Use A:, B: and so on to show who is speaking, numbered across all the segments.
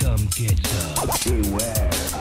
A: Come get some.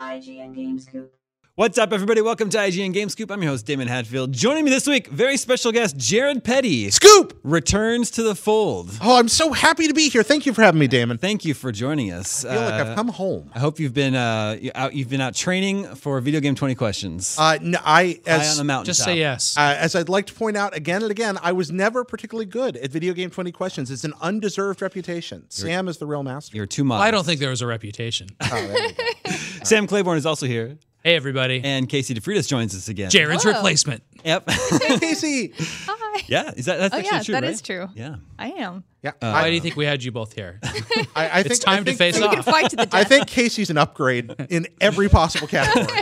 B: IGN Games Coop.
C: What's up, everybody? Welcome to IGN Game Scoop. I'm your host, Damon Hatfield. Joining me this week, very special guest, Jared Petty.
D: Scoop!
C: Returns to the fold.
D: Oh, I'm so happy to be here. Thank you for having me, Damon.
C: Thank you for joining us.
D: I feel like
C: Uh,
D: I've come home.
C: I hope you've been uh, you- out. You've been out training for video game 20 questions.
D: Uh, no, I
C: High on
D: as
C: the mountain.
E: Just say yes.
D: uh, as I'd like to point out again and again, I was never particularly good at video game 20 questions. It's an undeserved reputation. Sam is the real master.
C: You're too much.
E: I don't think there was a reputation.
C: Uh,
D: Oh, there you go.
C: Sam Claiborne is also here,
E: hey, everybody.
C: and Casey DeFritas joins us again.
E: Jared's
F: Whoa.
E: replacement.
C: Yep.
D: Casey.
F: Hi.
C: yeah. Is that that's
F: Oh,
C: actually
F: yeah,
C: true?
F: that
C: right?
F: is true.
C: Yeah.
F: I am.
D: Yeah.
E: Why
D: I,
E: do you think we had you both here?
D: I, I think
E: It's time
D: I
E: to
D: think-
E: face
F: We can
E: off.
F: fight to the
D: I
F: death.
D: think Casey's an upgrade in every possible category.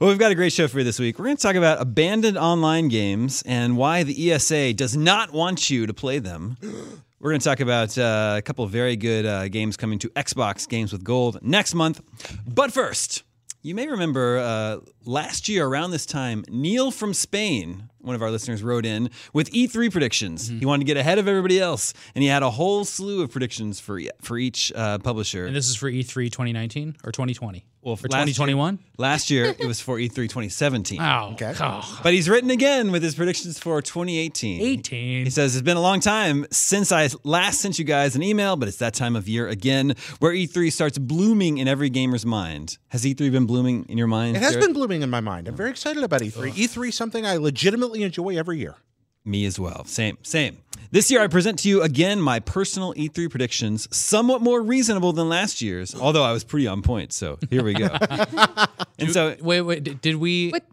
C: Well, we've got a great show for you this week. We're going to talk about abandoned online games and why the ESA does not want you to play them. We're going to talk about uh, a couple of very good uh, games coming to Xbox Games with Gold next month. But first, you may remember uh, last year around this time, Neil from Spain, one of our listeners, wrote in with E3 predictions.
E: Mm-hmm.
C: He wanted to get ahead of everybody else, and he had a whole slew of predictions for e- for each uh, publisher.
E: and this is for E E3 2019 or 2020?
C: Well,
E: Well, for
C: last year-
E: 2021?
C: last year, it was for E E3 2017.
E: Oh,
D: Okay.
E: oh,
C: But he's written again with his predictions for 2018.
E: 18.
C: He says, It's been a long time since I last sent you guys an email, but it's that time of year again where E3 starts blooming in every gamer's mind. Has E3 been blooming in your mind?
D: It has
C: Jared?
D: been blooming in my mind. I'm very excited about E E3. E3 is something I legitimately enjoy every year.
C: Me as well. Same, same. This year, I present to you again my personal E3 predictions, somewhat more reasonable than last year's, although I was pretty on point. So here we go. and so
E: Wait, wait. Did, did we?
F: What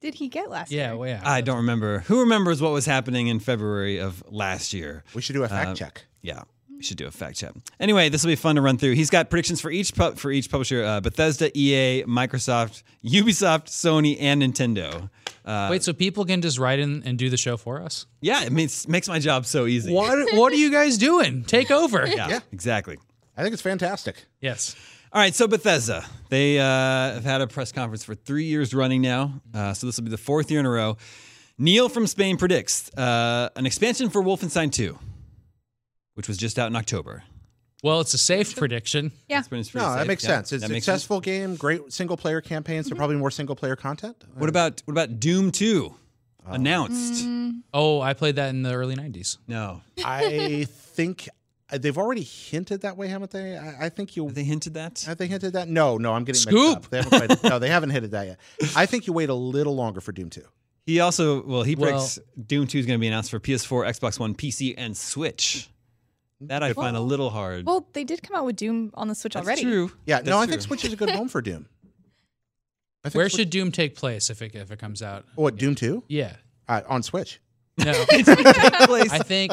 F: did he get last
E: Yeah,
F: year?
E: well, yeah.
C: I don't remember. Who remembers what was happening in February of last year?
D: We should do a fact check.
C: Yeah, we should do a fact check. Anyway, this will be fun to run through. He's got predictions for each pub for each publisher: uh, Bethesda, EA, Microsoft, Ubisoft, Sony, and Nintendo. Uh,
E: wait, so people can just write in and do the show for us?
C: Yeah, it makes makes my job so easy.
E: What What are you guys doing? Take over.
C: Yeah, exactly.
D: I think it's fantastic.
E: Yes.
C: All right, so Bethesda, they uh, have had a press conference for three years running now. Uh, so this will be the fourth year in a row. Neil from Spain predicts uh, an expansion for Wolfenstein 2, which was just out in October.
E: Well, it's a safe prediction.
F: Yeah.
C: It's been- it's pretty
D: No, that
C: safe.
D: makes
C: Yeah,
D: sense. It's a
C: that makes sense. Mm-hmm.
D: successful game, great single player campaigns, so probably more single player content.
C: What about what about Doom 2? Announced.
D: Mm.
E: Oh, I played that in the early 90s.
C: No.
D: I think uh, they've already hinted that way, haven't they? I, I think you
C: They hinted that?
D: have they hinted that. No, no, I'm getting
E: Scoop!
D: Mixed up. They haven't played, no, they haven't hinted that yet. I think you wait a little longer for Doom Two.
C: He also, well, he
E: Well-
C: predicts Doom 2 is going to be announced for PS4, Xbox One, PC, and Switch. That I find a little hard.
F: Well, they did come out with Doom on the Switch
C: That's
F: already.
C: true.
D: Yeah,
C: That's
D: no, I
C: true.
D: think Switch is a good home for Doom. I think
E: Where
D: Switch-
E: should Doom take place if it if it comes out?
D: what Doom Two
E: Yeah.
D: uh, on Switch?
E: No.
C: place.
E: I think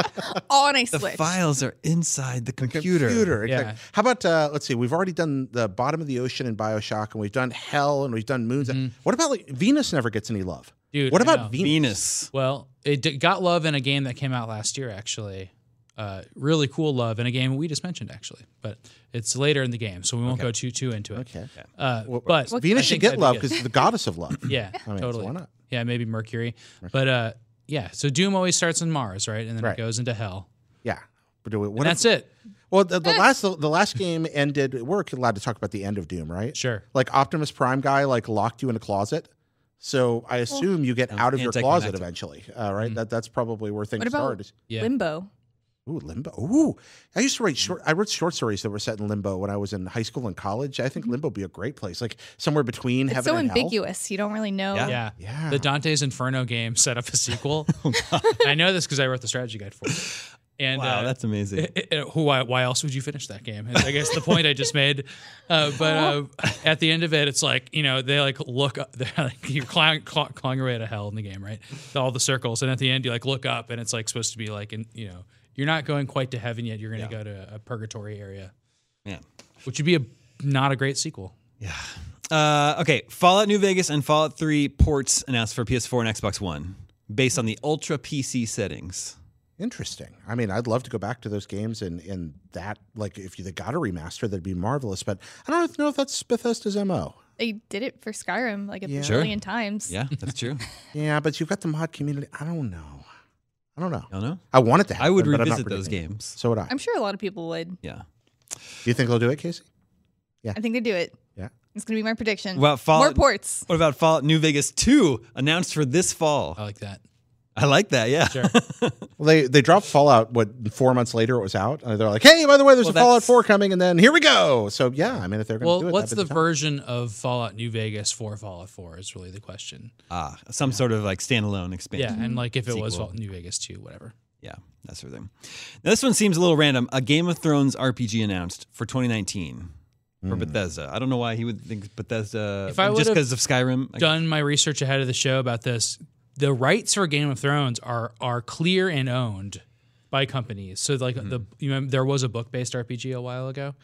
F: On a
C: the
F: Switch.
C: files are inside the computer.
D: Computer.
E: Yeah.
D: exactly. How about uh, let's see? We've already done the bottom of the ocean in Bioshock, and we've done Hell, and we've done Moons.
C: Mm-hmm.
D: What about like Venus? Never gets any love.
E: Dude,
D: what
E: I
D: about
E: know.
D: Venus?
C: Venus.
E: Well, it d- got love in a game that came out last year, actually. Uh, really cool love in a game we just mentioned, actually. But it's later in the game, so we won't go too too into it.
D: Okay.
E: Uh, but I
D: Venus should
E: think
D: get
E: that'd be
D: love
E: good.
D: because the goddess of love.
E: yeah,
D: I mean, so
E: totally.
D: why not?
E: Yeah, maybe Mercury. But uh, yeah, so Doom always starts on Mars, right? And then
D: Right.
E: it goes into hell.
D: Yeah. But do we, what
E: And
D: if-
E: that's it.
D: Well, the, the last the, last game ended. We're allowed to talk about the end of Doom, right?
E: Sure.
D: Like Optimus Prime guy, like locked you in a closet. So I assume you get
E: Oh,
D: out of your closet
C: anticlimactic.
D: eventually, uh,
E: Mm-hmm.
D: right? That that's probably where things
F: What about-
D: started.
E: Yeah.
F: Limbo.
D: Ooh, limbo. Ooh, I used to write short. I wrote short stories that were set in limbo when I was in high school and college. I think limbo would be a great place, like somewhere between
F: Mm-hmm. It's
D: heaven
F: so
D: and
F: ambiguous. You don't really know.
C: Yeah.
E: Yeah.
D: Yeah. Oh,
E: The Dante's Inferno game set up a sequel. I know this because I wrote the strategy guide for it. And
C: Wow,
E: uh,
C: that's amazing.
E: it- it- who why, why else would you finish that game is, i guess the point i just made uh, but uh, at the end of it it's like you know they like look up they're like you're clawing, claw, clawing your way to hell in the game right all the circles and at the end you like look up and it's like supposed to be like in you know you're not going quite to heaven yet you're going to go to a purgatory area
C: Yeah.
E: which would be a not a great sequel
C: Uh, okay, Fallout New Vegas and Fallout 3 ports announced for PS4 and Xbox One based on the Ultra PC settings.
D: Interesting. I mean, I'd love to go back to those games and and that like if they got a remaster, that'd be marvelous. But I don't know if that's Bethesda's mo.
F: They did it for Skyrim like a
D: Yeah.
C: Sure.
F: billion times.
C: Yeah, that's true.
D: Yeah, but you've got the mod community. I don't know. I don't know.
C: I don't know.
D: I want it to happen.
C: I would
D: but I'm not
C: revisit those
D: predicting it.
C: games.
D: So would I.
F: I'm sure a lot of people would.
C: Yeah.
D: Do you think they'll do it, Casey?
F: I think they do it.
D: Yeah.
F: It's going to be my prediction.
C: Well,
F: More
C: Fallout-
F: ports.
C: What about Fallout New Vegas 2 announced for this fall?
E: i like that
C: I like that, yeah.
E: Oh. Sure.
D: Well, they they dropped Fallout. What four months later it was out, and they're like, "Hey, by the way, there's
C: Well,
D: a Fallout
C: that's-
D: Four coming," and then here we go. So yeah, I mean, if they're going to
E: well
D: do it,
E: what's the
D: that'd be
E: version of fallout new vegas for fallout 4 is really the question
C: Ah, some sort of like standalone
E: yeah
C: expansion.
E: and like if it was
C: Sequel.
E: fallout new vegas 2 whatever
C: Yeah, that sort of thing. Now, this one seems a little random. A Game of Thrones RPG announced for 2019 for Bethesda. I don't know why he would think Bethesda
E: If I
C: just
E: would've
C: because of Skyrim. I-
E: done my research ahead of the show about this. The rights for Game of Thrones are are clear and owned by companies. So like
D: Mm-hmm.
E: the you remember there was a book based RPG a while ago.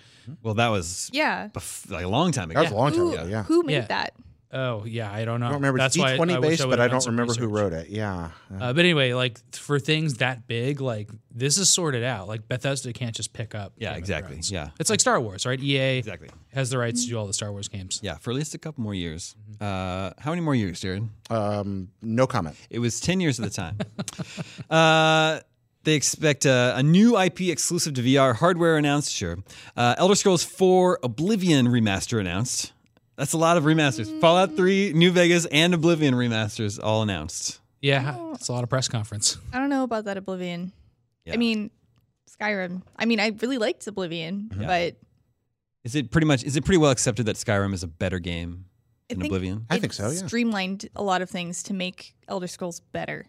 C: well, that was
F: Yeah.
C: bef- like a long time ago.
D: That was a long time
F: Who,
D: ago. Yeah,
F: who made
E: Yeah.
F: that?
E: Oh yeah, I don't know.
D: I don't remember. It's
E: That's why
D: D twenty
E: wish
D: based, but
E: would've
D: I
E: done
D: don't
E: some
D: remember who
E: research.
D: wrote it. Yeah, Uh,
E: Uh, but anyway, like for things that big, like this is sorted out. Like Bethesda can't just pick up.
C: Yeah,
E: Game of
C: exactly.
E: Thrones.
C: Yeah.
E: it's like Star Wars, right? EA
C: Exactly.
E: has the rights to do all the Star Wars games.
C: Yeah, for at least a couple more years. Uh, how many more years, Jared?
D: um, no comment.
C: It was 10 years at the time. uh, they expect a, a new IP exclusive to VR hardware announced, sure. Uh, Elder Scrolls 4 Oblivion remaster announced. That's a lot of remasters.
F: Mm.
C: Fallout 3, New Vegas, and Oblivion remasters all announced.
E: Yeah, it's a lot of press conference.
F: I don't know about that Oblivion.
C: Yeah.
F: I mean, Skyrim. I mean, I really liked Oblivion, but
C: Is it pretty much is it pretty well accepted that Skyrim is a better game
F: I
C: than
F: think
C: Oblivion?
D: I
F: it
D: think so, yeah.
F: Streamlined a lot of things to make Elder Scrolls better.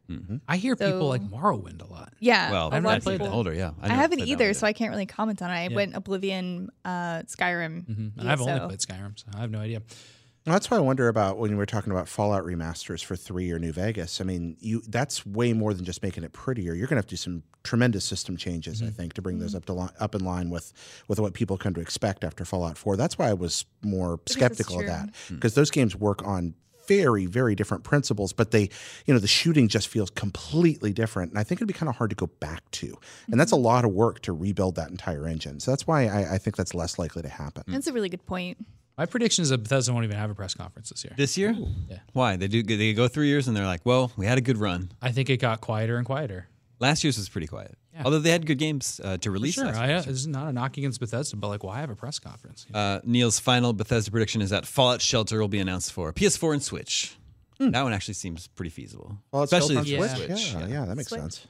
E: I hear people
F: So-
E: like Morrowind a lot.
F: Yeah.
C: Well,
F: a
C: I've
F: lot
C: not
F: of
C: played
F: people-
C: that older, yeah.
F: I,
C: know I've played
F: haven't
C: that
F: either,
C: older.
F: so I can't really comment on it. I went Oblivion, uh,
C: Mm.
F: Skyrim.
E: Mhm. And I've only
F: ESO.
E: played Skyrim, so I have no idea.
D: Well, that's why I wonder about when we were talking about Fallout remasters for three or New Vegas. I mean, you that's way more than just making it prettier. You're going to have to do some tremendous system changes,
F: Mm-hmm.
D: I think, to bring those up to li- up in line with with what people come to expect after Fallout Four. That's why I was more
F: it's
D: skeptical of
F: true. Mm.
D: that because those games work on very very different principles but they you know the shooting just feels completely different and i think it'd be kind of hard to go back to and
F: Mm-hmm.
D: that's a lot of work to rebuild that entire engine so that's why i, I think that's less likely to happen
F: That's a really good point.
E: My prediction is that Bethesda won't even have a press conference this year.
C: This year?
E: Yeah.
C: Why? They do they go 3 years and they're like, "Well, we had a good run.
E: I think it got quieter and quieter.
C: Last year's was pretty quiet." Although they had good games uh, to release
E: Sure,
C: last
E: I, uh, this is not a knock against Bethesda, but like, why have a press conference?
C: Uh, Neil's final Bethesda prediction is that Fallout Shelter will be announced for PS4 and Switch.
D: Hmm.
C: That one actually seems pretty feasible,
D: Well, it's
C: especially
D: built on
E: yeah.
C: Switch.
D: Switch. Yeah, yeah, that makes
F: Switch.
D: sense.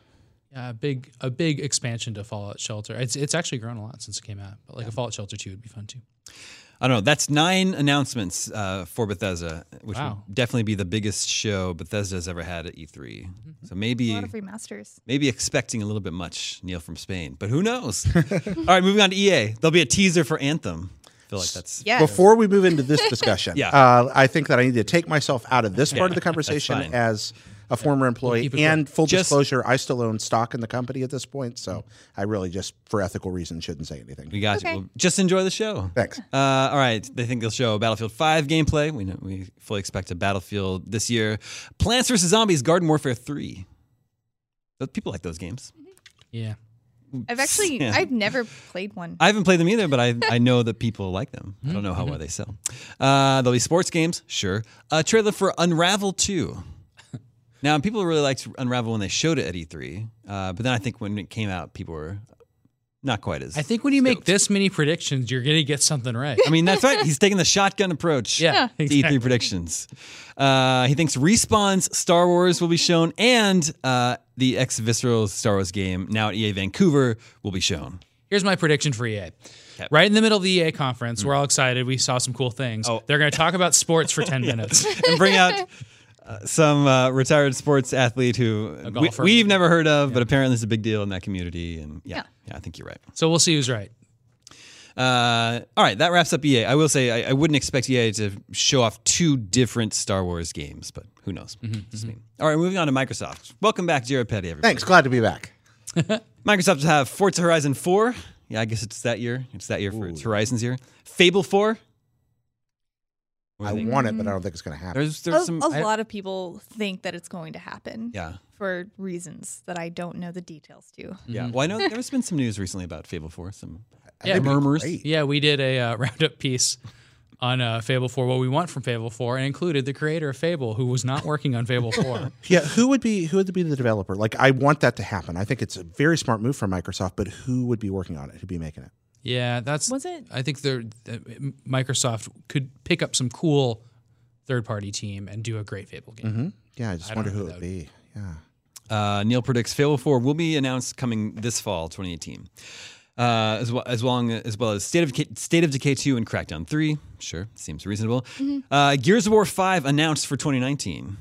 E: Yeah, a big, a big expansion to Fallout Shelter. It's it's actually grown a lot since it came out, but like a Fallout Shelter two would be fun too.
C: I don't know. That's nine announcements uh, for Bethesda, which
E: Wow.
C: would definitely be the biggest show Bethesda's ever had at E3. So
F: Mm-hmm. A
C: maybe
F: lot of remasters.
C: maybe expecting a little bit much, Neil from Spain, but who knows? All right, moving on to EA. There'll be a teaser for Anthem. I feel like that's
F: Yes.
D: Before we move into this discussion,
C: Yeah.
D: uh, I think that I need to take myself out of this part of the conversation
C: fine.
D: as a former employee.
E: keep it
D: and full
C: Just-
D: disclosure, I still own stock in the company at this point, so I really just, for ethical reasons, shouldn't say anything.
C: we got
F: Okay.
C: you. Well, just enjoy the show.
D: Thanks.
C: Uh, all right, they think they'll show Battlefield 5 gameplay. We know, we fully expect a Battlefield this year. Plants vs Zombies Garden Warfare 3. But People like those games.
E: Yeah.
F: I've actually,
C: Yeah.
F: I've never played one.
C: I haven't played them either, but I, I know that people like them. I don't know how well they sell. Uh, there'll be sports games, sure. A trailer for Unravel 2. Now, people really liked Unravel when they showed it at E3, uh, but then I think when it came out, people were not quite as.
E: I think when you make this many predictions, you're going to get something right.
C: I mean, that's right. He's taking the shotgun approach.
E: Yeah,
C: to
E: exactly.
C: E3 predictions. Uh, he thinks Respawn's Star Wars will be shown, and uh, the ex Visceral Star Wars game, now at EA Vancouver, will be shown.
E: Here's my prediction for EA. Right in the middle of the EA conference, we're all excited. We saw some cool things.
C: Oh.
E: They're going to talk about sports for 10 minutes.
C: and bring out uh, some uh, retired sports athlete who we,
E: golfer.
C: we've never heard of, but apparently it's a big deal in that community. And yeah, yeah, I think you're right.
E: So we'll see who's right.
C: Uh, all right, that wraps up EA. I will say I, I wouldn't expect EA to show off two different Star Wars games, but who knows?
E: Mm-hmm,
C: Just me. All right, moving on to Microsoft. Welcome back, Jared Petty, everybody.
D: Thanks. Glad to be back.
C: Microsoft will have Forza Horizon 4. Yeah, I guess it's that year. It's that year for its Horizons year. Fable 4. What do
D: I
C: you think?
D: want it, but I don't think it's going to happen.
C: There's,
F: A,
C: there's some.
F: a
C: I-
F: lot of people think that it's going to happen
C: yeah. Mm.
F: for reasons that I don't know the details to.
C: Yeah.
D: Mm-hmm.
C: Well, I know there's been some news recently about Fable 4. Some
D: I
E: Yeah,
D: think it'd be
C: murmurs.
D: great.
E: Yeah, we did a uh, roundup piece on uh, Fable 4, what we want from Fable 4, and included the creator of Fable, who was not working on Fable 4.
D: Yeah, who would be who would be the developer? Like, I want that to happen. I think it's a very smart move from Microsoft, but who would be working on it? Who'd be making it?
E: yeah, that's.
F: Was it?
E: I think they're, uh, Microsoft could pick up some cool third party team and do a great Fable game.
F: Mm-hmm.
D: Yeah, I just
E: I don't
D: wonder
E: know
D: who
E: who
D: it would be. Yeah,
C: Uh, Neil predicts Fable 4 will be announced coming this fall, 2018, uh, as, well, as, long, as well as State of, Decay- State of Decay 2 and Crackdown 3. Sure, seems reasonable.
F: Mm-hmm.
C: Uh, Gears of War 5 announced for 2019.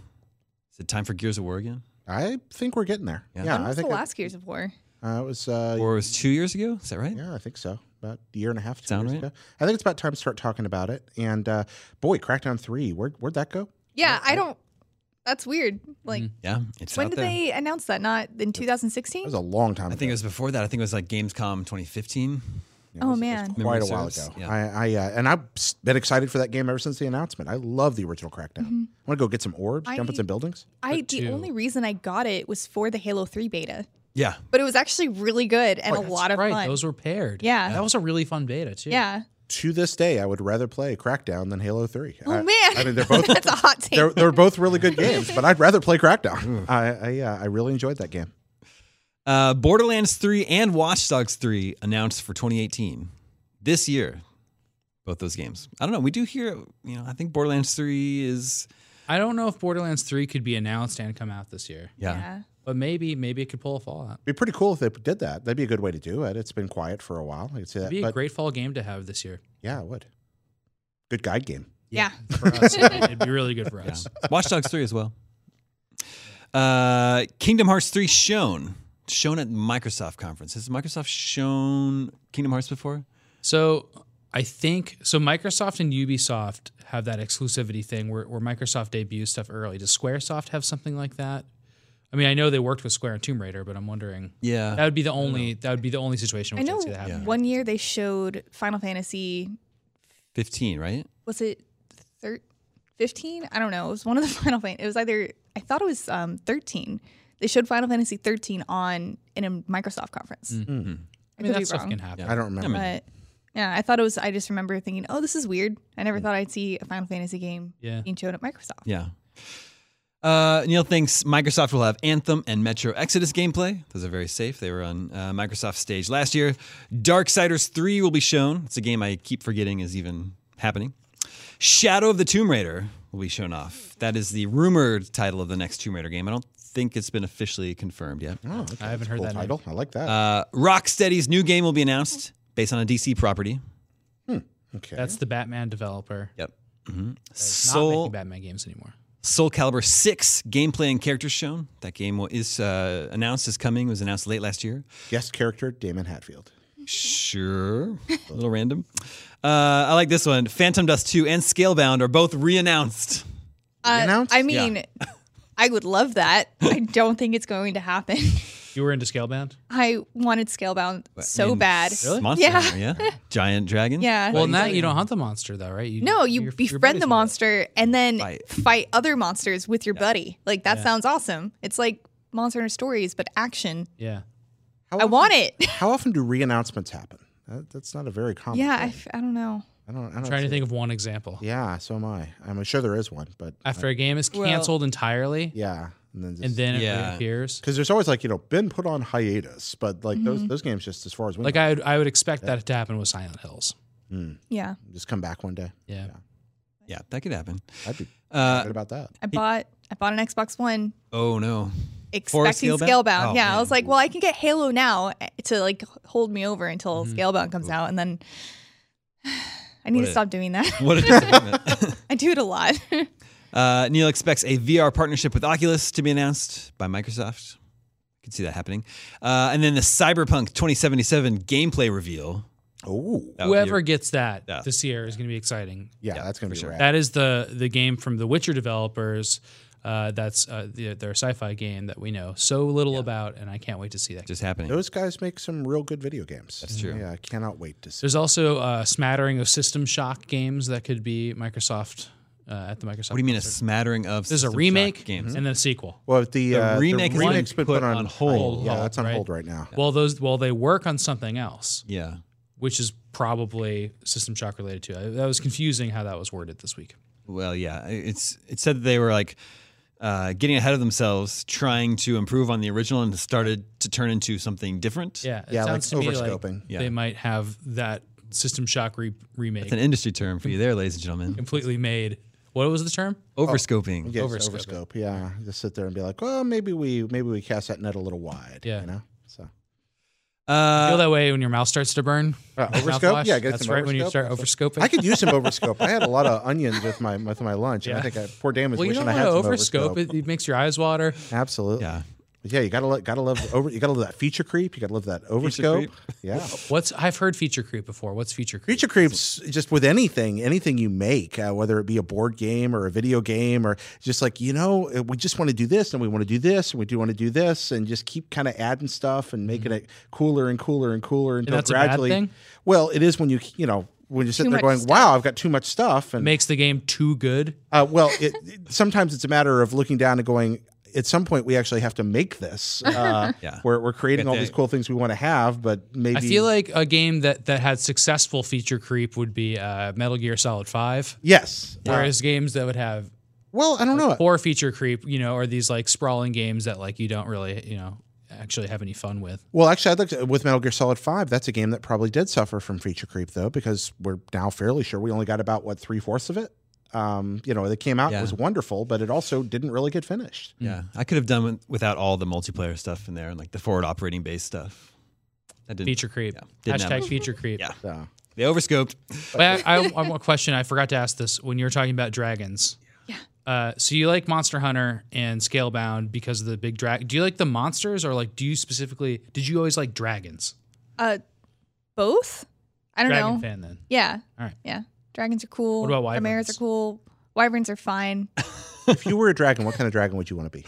C: Is it time for Gears of War again? I
D: I think we're getting there.
C: Yeah.
D: Yeah,
F: When
D: I
F: was the
D: think it,
F: last Gears of War?
D: uh, it was. Uh,
C: Or it was two years ago? Is that right?
D: yeah, I think so. About a year and a half, two
C: Sound
D: years
C: right?
D: ago. I think it's about time to start talking about it. And uh, boy, Crackdown three. Where where'd that go?
F: Yeah, I don't. That's weird. Like,
C: Yeah, Mm-hmm. it's
F: when
C: out
F: did
C: there.
F: they announce that? Not in 2016?
D: That was a long time.
C: I think it was before that. I think it was like Gamescom 2015.
D: Yeah, it was-
F: oh
D: it was
F: man,
D: quite a
C: Memory
D: while
C: serves,
D: ago.
C: yeah.
D: I, I uh, and I've s- been excited for that game ever since the announcement. I love the original Crackdown. I want to go get some orbs,
F: Mm-hmm. I-
D: jump in some buildings.
F: I
E: two.
F: the only reason I got it was for the Halo 3 beta,
C: Yeah.
F: but it was actually really good and
D: Oh,
F: a lot of
E: right,
F: fun.
E: those were paired.
F: Yeah.
E: That was a really fun beta, too.
F: yeah.
D: To this day, I would rather play Crackdown than Halo Three.
F: Oh
D: I-
F: man,
D: I mean, they're both
F: that's a hot take.
D: they're, they're both really good games, but I'd rather play Crackdown.
C: Mm.
D: I I, uh, I really enjoyed that game.
C: Uh, Borderlands 3 and Watch Dogs 3 announced for 2018. This year, both those games. I don't know. We do hear, you know, I think Borderlands 3 is.
E: I don't know if Borderlands 3 could be announced and come out this year,
C: Yeah.
F: yeah.
E: but maybe maybe it could pull a Fallout.
D: It'd be pretty cool if they did that. That'd be a good way to do it. It's been quiet for a while. I could see that.
E: It'd be a
D: but
E: great fall game to have this year.
D: yeah, it would. Good guide game.
F: Yeah.
E: For us, it'd be- it'd be really good for us.
C: Watch Dogs 3 as well. Uh, Kingdom Hearts 3 shown. Shown at Microsoft conference. Has Microsoft shown Kingdom Hearts before?
E: So I think so. Microsoft and Ubisoft have that exclusivity thing where, where Microsoft debuts stuff early. Does SquareSoft have something like that? I mean, I know they worked with Square and Tomb Raider, but I'm wondering
D: Uh,
C: Yeah.
E: that would be the only that would be the only situation
F: I
E: which I
F: know
E: would see that happen.
F: one year they showed Final Fantasy,
C: 15, right?
F: was it thir- 15? I don't know. It was one of the Final Fantasy. It was either, I thought it was um, 13. They showed Final Fantasy 13 on in a Microsoft conference.
E: I mean,
F: could be
E: that stuff
F: wrong.
E: can happen.
D: I don't remember.
F: But yeah, I thought it was, I just remember thinking, oh, this is weird. I never thought I'd see a Final Fantasy game
E: Yeah.
F: being shown at Microsoft.
C: Yeah. Uh, Neil thinks Microsoft will have Anthem and Metro Exodus gameplay. Those are very safe. They were on uh, Microsoft stage last year. Darksiders 3 will be shown. It's a game I keep forgetting is even happening. Shadow of the Tomb Raider will be shown off. That is the rumored title of the next Tomb Raider game. I don't think it's been officially confirmed yet.
E: Mm.
D: Oh, okay.
E: I haven't heard
D: Cool
E: that name.
D: title. I like that.
C: Uh, Rocksteady's new game will be announced based on a DC property.
D: Okay.
E: That's the Batman developer.
G: Yep.
E: It's not making
C: Mm-hmm. Soul
E: Batman games anymore.
C: Soul Calibur 6 gameplay and characters shown. That game wa- is uh, announced as coming. It was announced late last year.
D: guest character Damon Hatfield.
C: Sure. A little random. Uh, I like this one. Phantom Dust 2 and Scalebound are both re-announced.
F: Uh,
D: announced?
F: I mean, I would love that. I don't think it's going to happen.
E: You were into Scalebound?
F: I wanted Scalebound so
C: I mean,
F: bad.
C: Really? Monster
F: Yeah.
C: Hunter, yeah. Giant dragon.
F: Yeah.
E: Well, in that, you don't hunt the monster, though, right? You,
F: no, you
E: your- your
F: befriend
E: buddies
F: the
E: with it.
F: monster and then
C: Fight.
F: fight. other monsters with your buddy. Like that sounds awesome. It's like Monster Hunter Stories, but action.
E: Yeah.
D: How
F: I
D: often-
F: want it.
D: How often do re-announcements happen? That, that's not a very common.
F: yeah,
D: thing.
F: I, f- I don't know.
D: I don't. I don't
E: I'm trying to
D: see
E: think of one example.
D: it. Yeah, so am I. I'm sure there is one, but
E: After a game is
C: Well-
E: canceled entirely,
D: yeah, and then just,
E: and then it
C: Yeah.
E: reappears.
D: because there's always like you know been put on hiatus, but like those
F: Mm-hmm.
D: those games just as
C: Mm-hmm.
D: far as we
E: Like
D: know,
E: I, would, I would expect that to happen with Silent Hills.
F: Yeah.
D: just come back one day.
E: Yeah.
C: Yeah, that could happen.
D: I'd be
C: Uh,
D: good about that.
F: I bought I bought an Xbox One
C: oh, no. For
F: expecting
C: Scalebound?
F: Scalebound.
C: Oh,
F: yeah,
C: man.
F: I was like, well, I can get Halo now eh, to like hold me over until Scalebound comes out, and then I need
C: What
F: to
C: a-
F: stop doing that.
C: What a disappointment.
F: I do it a lot.
C: Uh, Neil expects a VR partnership with Oculus to be announced by Microsoft. You can see that happening. Uh, and then the Cyberpunk 2077 gameplay reveal. That
D: Oh,
C: would be a-
E: Whoever gets that
C: Yeah.
E: this year is going to be exciting.
D: yeah, that's gonna be rad.
E: That is the the game from the Witcher developers. Uh, that's uh, the, their sci-fi game that we know so little about, and I can't wait to see that.
C: just happening.
D: Those guys make some real good video games. That's
C: true.
D: Yeah, I cannot wait to see.
E: There's also a smattering of System Shock games that could be Microsoft uh, at the Microsoft.
C: What do you mean a smattering of?
E: There's a
C: System Shock
E: remake Mm-hmm.
C: games.
E: and then a sequel.
D: Well, the,
C: The
D: uh,
C: remake has
D: the
C: been
D: remake's been
C: put
D: put,
C: on
D: on,
C: hold,
D: Yeah,
E: hold,
D: that's on
E: right?
D: hold right now.
E: Well, those well they work on something else,
C: Yeah.
E: which is probably System Shock related too. I, that was confusing how that was worded this week.
C: Well, yeah. It's it said that they were like uh, getting ahead of themselves, trying to improve on the original, and started to turn into something different.
E: Yeah, it
D: Yeah, like
E: sounds to me
D: overscoping.
E: like
C: Yeah.
E: they might have that System Shock re- remake
C: It's an industry term for you, there, ladies and gentlemen.
E: completely made. What was the term?
C: Overscoping.
D: Yeah, it's
E: Overscope.
D: overscope. Yeah, just sit there and be like, well, maybe we maybe we cast that net a little wide.
E: Yeah.
D: you know. So
E: Feel
C: Uh,
E: that way when your mouth starts to burn.
D: Uh, overscope?
E: Mouthwash?
D: Yeah, get
E: that's
D: some
E: right. When you
D: overscope.
E: start overscoping,
D: I could use some overscope. I had a lot of onions with my with my lunch, and I think I poor damage.
E: Well, you
D: wishing
E: don't
D: I
E: want to
D: had some
E: overscope. It, it makes your eyes water.
D: Absolutely.
C: Yeah.
D: But yeah, you gotta lo- gotta love over. You gotta love that feature creep. You gotta love that overscope.
C: creep.
D: Yeah.
E: What's I've heard feature creep before. What's feature creep?
D: Feature creeps just with anything, anything you make, uh, whether it be a board game or a video game, or just like you know, uh, we just want to do this and we want to do this and we do want to do this, and just keep kind of adding stuff and making it cooler and cooler and cooler until
E: Mm-hmm. that's a bad
D: gradually.
E: thing?
D: Well, it is when you you know when you're sitting
F: Too
D: there
F: much
D: going, "Wow, I've got too much stuff," and
E: Makes the game too good.
D: Uh, well, it, it- sometimes it's a matter of looking down and going. At some point, we actually have to make this. Uh,
C: Yeah.
D: We're, we're creating all
C: the-
D: these cool things we want to have, but maybe
E: I feel like a game that that had successful feature creep would be uh, Metal Gear Solid Five.
D: yes. Uh,
E: Whereas games that would have
D: well, I don't know.
E: poor feature creep, you know, are these like sprawling games that like you don't really, you know, actually have any fun with.
D: Well, actually, I'd like to, with Metal Gear Solid Five. That's a game that probably did suffer from feature creep, though, because we're now fairly sure we only got about what three fourths of it. Um, you know, that came out it
C: Yeah.
D: was wonderful, but it also didn't really get finished.
C: yeah.
E: Mm-hmm.
C: I could have done with- without all the multiplayer stuff in there and like the forward operating base stuff. That didn't.
E: Feature creep.
C: Yeah. Didn't have
E: Hashtag
C: much.
E: feature creep.
C: Yeah.
D: So
C: They overscoped.
E: But I, I, I want a question. I forgot to ask this when you were talking about dragons.
F: Yeah.
E: Uh, so you like Monster Hunter and Scalebound because of the big drag? Do you like the monsters, or like do you specifically? Did you always like dragons?
F: Uh, both. I don't
E: Dragon
F: know.
E: fan then.
F: Yeah.
E: All right.
F: Yeah. Dragons are cool.
E: What about
F: Chimeras
E: wyverns?
F: are cool. Wyverns are fine.
D: if you were a dragon, what kind of dragon would you want to be?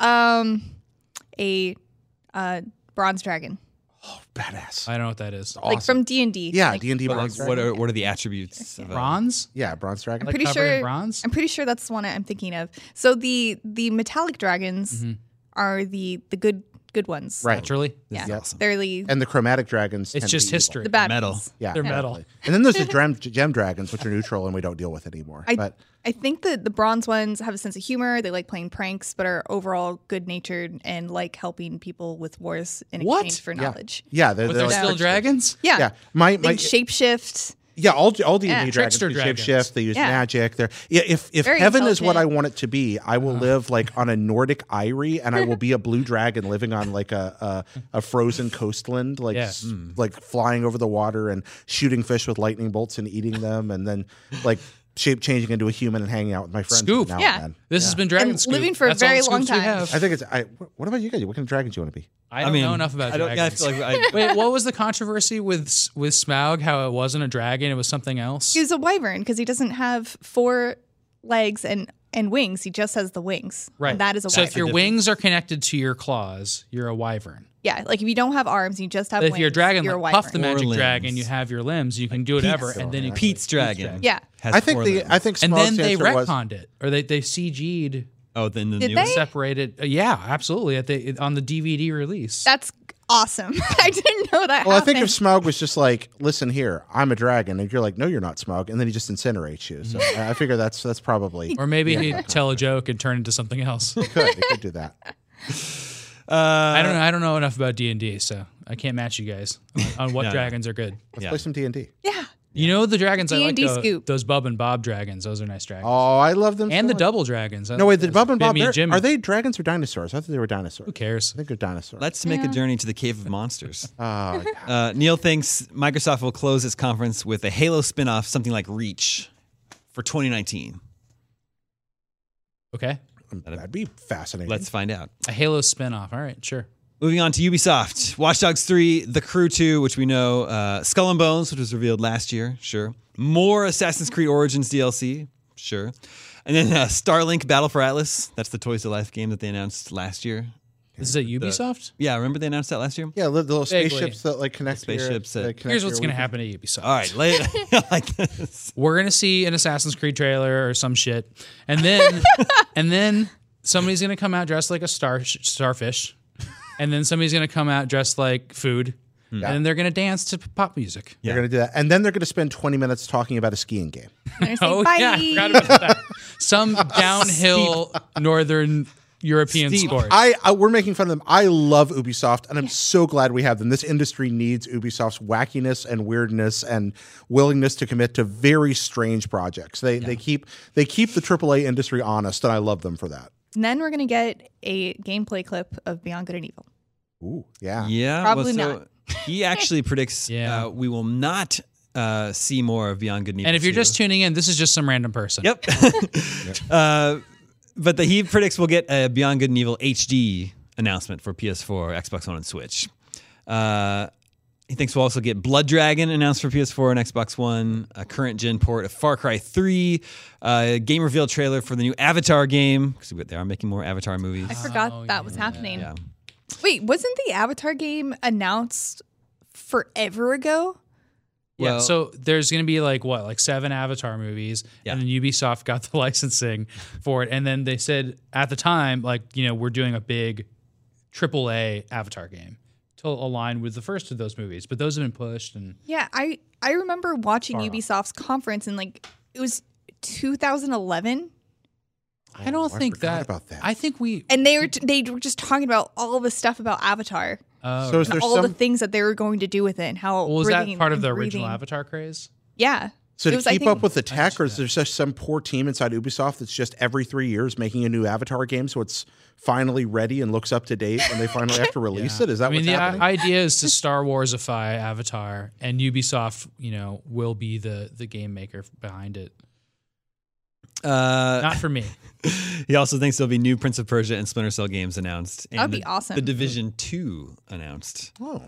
F: Um, a uh bronze dragon,
D: Badass.
E: I don't know what that is.
F: like from D and D.
D: yeah,
F: Like,
D: D and D
C: But like,
D: bronze.
C: what
D: dragon.
C: are what are the attributes? Of a-
E: Bronze.
D: Yeah, bronze dragon.
E: Like
F: pretty
E: covered in
F: sure-
E: bronze.
F: I'm pretty sure that's the one I'm thinking of. So the the metallic dragons are the the good good ones.
D: right.
E: Naturally,
C: This
F: Yeah.
C: is awesome.
F: They're the
D: And the chromatic dragons. tend
E: it's
D: to
E: just
D: be evil.
E: history.
F: the bad
C: metal.
F: ones.
D: Yeah,
E: They're metal.
D: exactly. And then there's the gem, gem dragons, which are neutral and we don't deal with anymore.
F: I,
D: but
F: I think that the bronze ones have a sense of humor. They like playing pranks, but are overall good natured and like helping people with wars in
E: What?
F: exchange for knowledge.
D: yeah, they're,
E: But
D: they're
E: they're
D: like
E: still
D: tricksters.
E: dragons.
F: Yeah.
D: Yeah, my
F: They
D: my
F: shapeshift.
D: Yeah, all all D and
F: Yeah.
D: D dragons
E: Trickster
D: can
E: dragons.
D: shapeshift. They use
F: Yeah.
D: magic. They're yeah. If if
F: Very
D: heaven is what
F: intelligent.
D: I want it to be, I will live like on a Nordic eyrie, and I will be a blue dragon living on like a a, a frozen coastland, like
E: Yeah.
D: s- like flying over the water and shooting fish with lightning bolts and eating them, and then like shape changing into a human and hanging out with my friends. every
E: Scoop.
D: now and
F: Yeah.
D: then.
E: This has been Dragon
F: And
E: Scoop.
F: living for a
E: That's all the
F: very long
E: scoops we
F: time.
E: have.
D: I think it's. I. wh- What about you guys? What kind of dragons do you want to be?
E: I don't know enough about
C: I don't, yeah, I
E: dragons.
C: feel like I,
E: Wait, what was the controversy with S- with Smaug? How it wasn't a dragon; it was something else.
F: He's a wyvern because he doesn't have four legs and and wings. He just has the wings.
E: Right.
F: And that is a
E: So if
F: wyvern.
E: your wings are connected to your claws, you're a wyvern.
F: yeah, like if you don't have arms, you just have.
E: But if
F: wings,
E: you're a dragon,
F: you're a
E: like
F: wyvern.
E: Puff the Magic
C: Or
E: Dragon,
C: limbs.
E: you have your limbs. You can do whatever, and then you
C: Pete's dragon.
F: Yeah.
C: has
D: I think
C: four
D: the.
C: limbs.
D: I think.
E: and
D: Smaug's
E: then they
D: answer was-
E: retconned it, or they they CG'd
C: oh, then the
F: Did
C: new
F: they?
C: one?
E: separated. uh, yeah, absolutely. At the on the DVD release.
F: That's awesome. I didn't know that.
D: Well, I think if Smaug
F: happened.
D: was just like, "Listen here, I'm a dragon," and you're like, "No, you're not, Smaug," and then he just incinerates you. So I I figure that's that's probably
E: or maybe he'd tell a joke and turn into something else.
D: he could he could do that.
C: Uh,
E: I don't know. I don't know enough about D and D, so I can't match you guys on, on what dragons are good.
D: Let's
C: Yeah.
D: play some D and D.
F: yeah,
E: You know the dragons I like.
F: D&D
E: tho-
F: scoop.
E: Those Bub and Bob dragons. Those are nice dragons.
D: Oh, I love them.
E: and
D: so
E: the
D: much.
E: double dragons.
D: No wait, the Bob and Bob.
E: Bimmy
D: they're-
E: Jimmy.
D: Are they dragons or dinosaurs? I thought they were dinosaurs.
E: Who cares?
D: I think they're dinosaurs.
C: Let's make a journey to the Cave of Monsters.
D: oh,
C: Uh, Neil thinks Microsoft will close its conference with a Halo spin-off, something like Reach, for 2019.
E: Okay.
D: that'd be fascinating.
C: Let's find out.
E: A Halo spinoff. All right, sure.
C: Moving on to Ubisoft, Watch Dogs 3, The Crew 2, which we know, uh, Skull and Bones, which was revealed last year, sure. More Assassin's Creed Origins DLC, sure. And then uh, Starlink Battle for Atlas, that's the Toys to Life game that they announced last year.
E: This is at Ubisoft.
C: Yeah, remember they announced that last year?
D: yeah, li- the little
E: Vaguely.
D: spaceships that like connect.
C: spaceships that-
D: Your, that connect
E: Here's what's
D: your
E: going to
D: weapons.
E: happen at Ubisoft.
C: All right, lay like this.
E: We're going to see an Assassin's Creed trailer or some shit, and then and then somebody's going to come out dressed like a star starfish, and then somebody's going to come out dressed like food,
D: Hmm.
E: and then they're going to dance to pop music.
D: They're going to do that, and then they're going to spend 20 minutes talking about a skiing game.
F: They're gonna say,
E: Oh
F: Bye.
E: yeah, I forgot about that. Some downhill northern European
C: Steep.
E: sport.
D: I, I we're making fun of them. I love Ubisoft, and I'm so glad we have them. This industry needs Ubisoft's wackiness and weirdness and willingness to commit to very strange projects. They they keep they keep the AAA industry honest, and I love them for that.
F: And then we're gonna get a gameplay clip of Beyond Good and Evil.
D: Ooh, yeah.
C: Yeah,
F: Probably
C: he actually predicts
E: Yeah.
C: uh, we will not uh, see more of Beyond Good and Evil
E: and if you're
C: 2.
E: just tuning in, this is just some random person.
C: Yep. uh, but the, he predicts we'll get a Beyond Good and Evil HD announcement for PS4, Xbox One, and Switch. Uh, he thinks we'll also get Blood Dragon announced for PS4 and Xbox One, a current gen port of Far Cry 3, a game reveal trailer for the new Avatar game, because they are making more Avatar movies.
F: I forgot
E: Oh,
F: that was happening.
C: Yeah.
F: Wait, wasn't the Avatar game announced forever ago?
E: Yeah.
C: Well-
E: so there's going to be like what, like seven Avatar movies, and then Ubisoft got the licensing for it, and then they said at the time, like you know, we're doing a big AAA Avatar game to align with the first of those movies, but those have been pushed, and
F: Yeah, I I remember watching Ubisoft's conference and like it was 2011
E: Oh, I don't
D: Oh, I
E: think
D: forgot
E: that,
D: about that.
E: I think we.
F: and they were t- they were just talking about all the stuff about Avatar
E: Uh,
D: So is there
F: oh, and all
D: some?
F: the things that they were going to do with it and how
E: well, was that
F: brilliant
E: part of
F: and
E: the original
F: breathing-
E: Avatar craze?
F: Yeah.
D: so
F: it
D: to
F: was, I
D: keep
F: think-
D: up with the tech, or is there just some poor team inside Ubisoft that's just every three years making a new Avatar game, so it's finally ready and looks up to date when they finally have to release it? Is that
E: I mean,
D: what's
E: the i-
D: happening?
E: idea is to Star Warsify Avatar, and Ubisoft, you know, will be the the game maker behind it.
C: Uh,
E: Not for me.
C: He also thinks there'll be new Prince of Persia and Splinter Cell games announced. And
F: That'd be
C: the-
F: awesome.
C: The Division Two announced.
D: oh.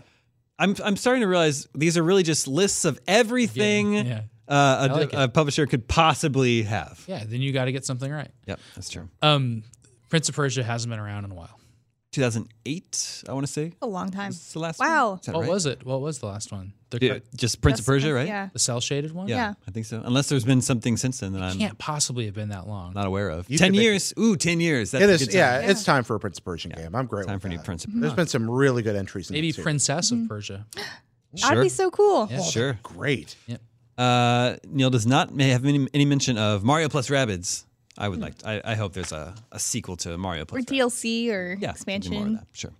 C: I'm I'm starting to realize these are really just lists of everything
E: Yeah.
C: Uh, a,
E: I like
C: a publisher could possibly have.
E: Yeah, then you got to get something right.
C: Yep, that's true.
E: Um, Prince of Persia hasn't been around in a while.
C: 2008, I want to say.
F: A long time.
C: It's the last.
F: Wow.
C: One. Is that
E: What
C: right?
E: was it? What was the last one? The,
C: Yeah, just Prince of
F: That's-
C: Persia, right?
F: Yeah.
E: the cell shaded one?
C: yeah,
F: Yeah.
C: I think so. Unless there's been something since then that I'm
E: Can't possibly have been that long.
C: not aware of.
D: You
C: ten
D: could make-
C: years. Ooh, ten years. That's
D: It
C: a
D: is,
C: good time.
D: yeah, It's time for a Prince of Persian game. I'm great.
C: Time
D: with
C: for new
F: Mm-hmm.
D: that.
C: Prince. of-
D: There's been some really good entries. In
E: Maybe
D: that, too.
E: Princess of Persia.
F: That'd be so cool.
E: Yeah.
C: Oh, Sure.
D: Great.
C: Uh, Neil does not may have any, any mention of Mario plus Rabbids. I would like. I, I hope there's a, a sequel to Mario
F: Hmm. Or
C: plus. Rabbids.
F: DLC or
C: yeah, something more of
F: expansion.
C: that, Sure.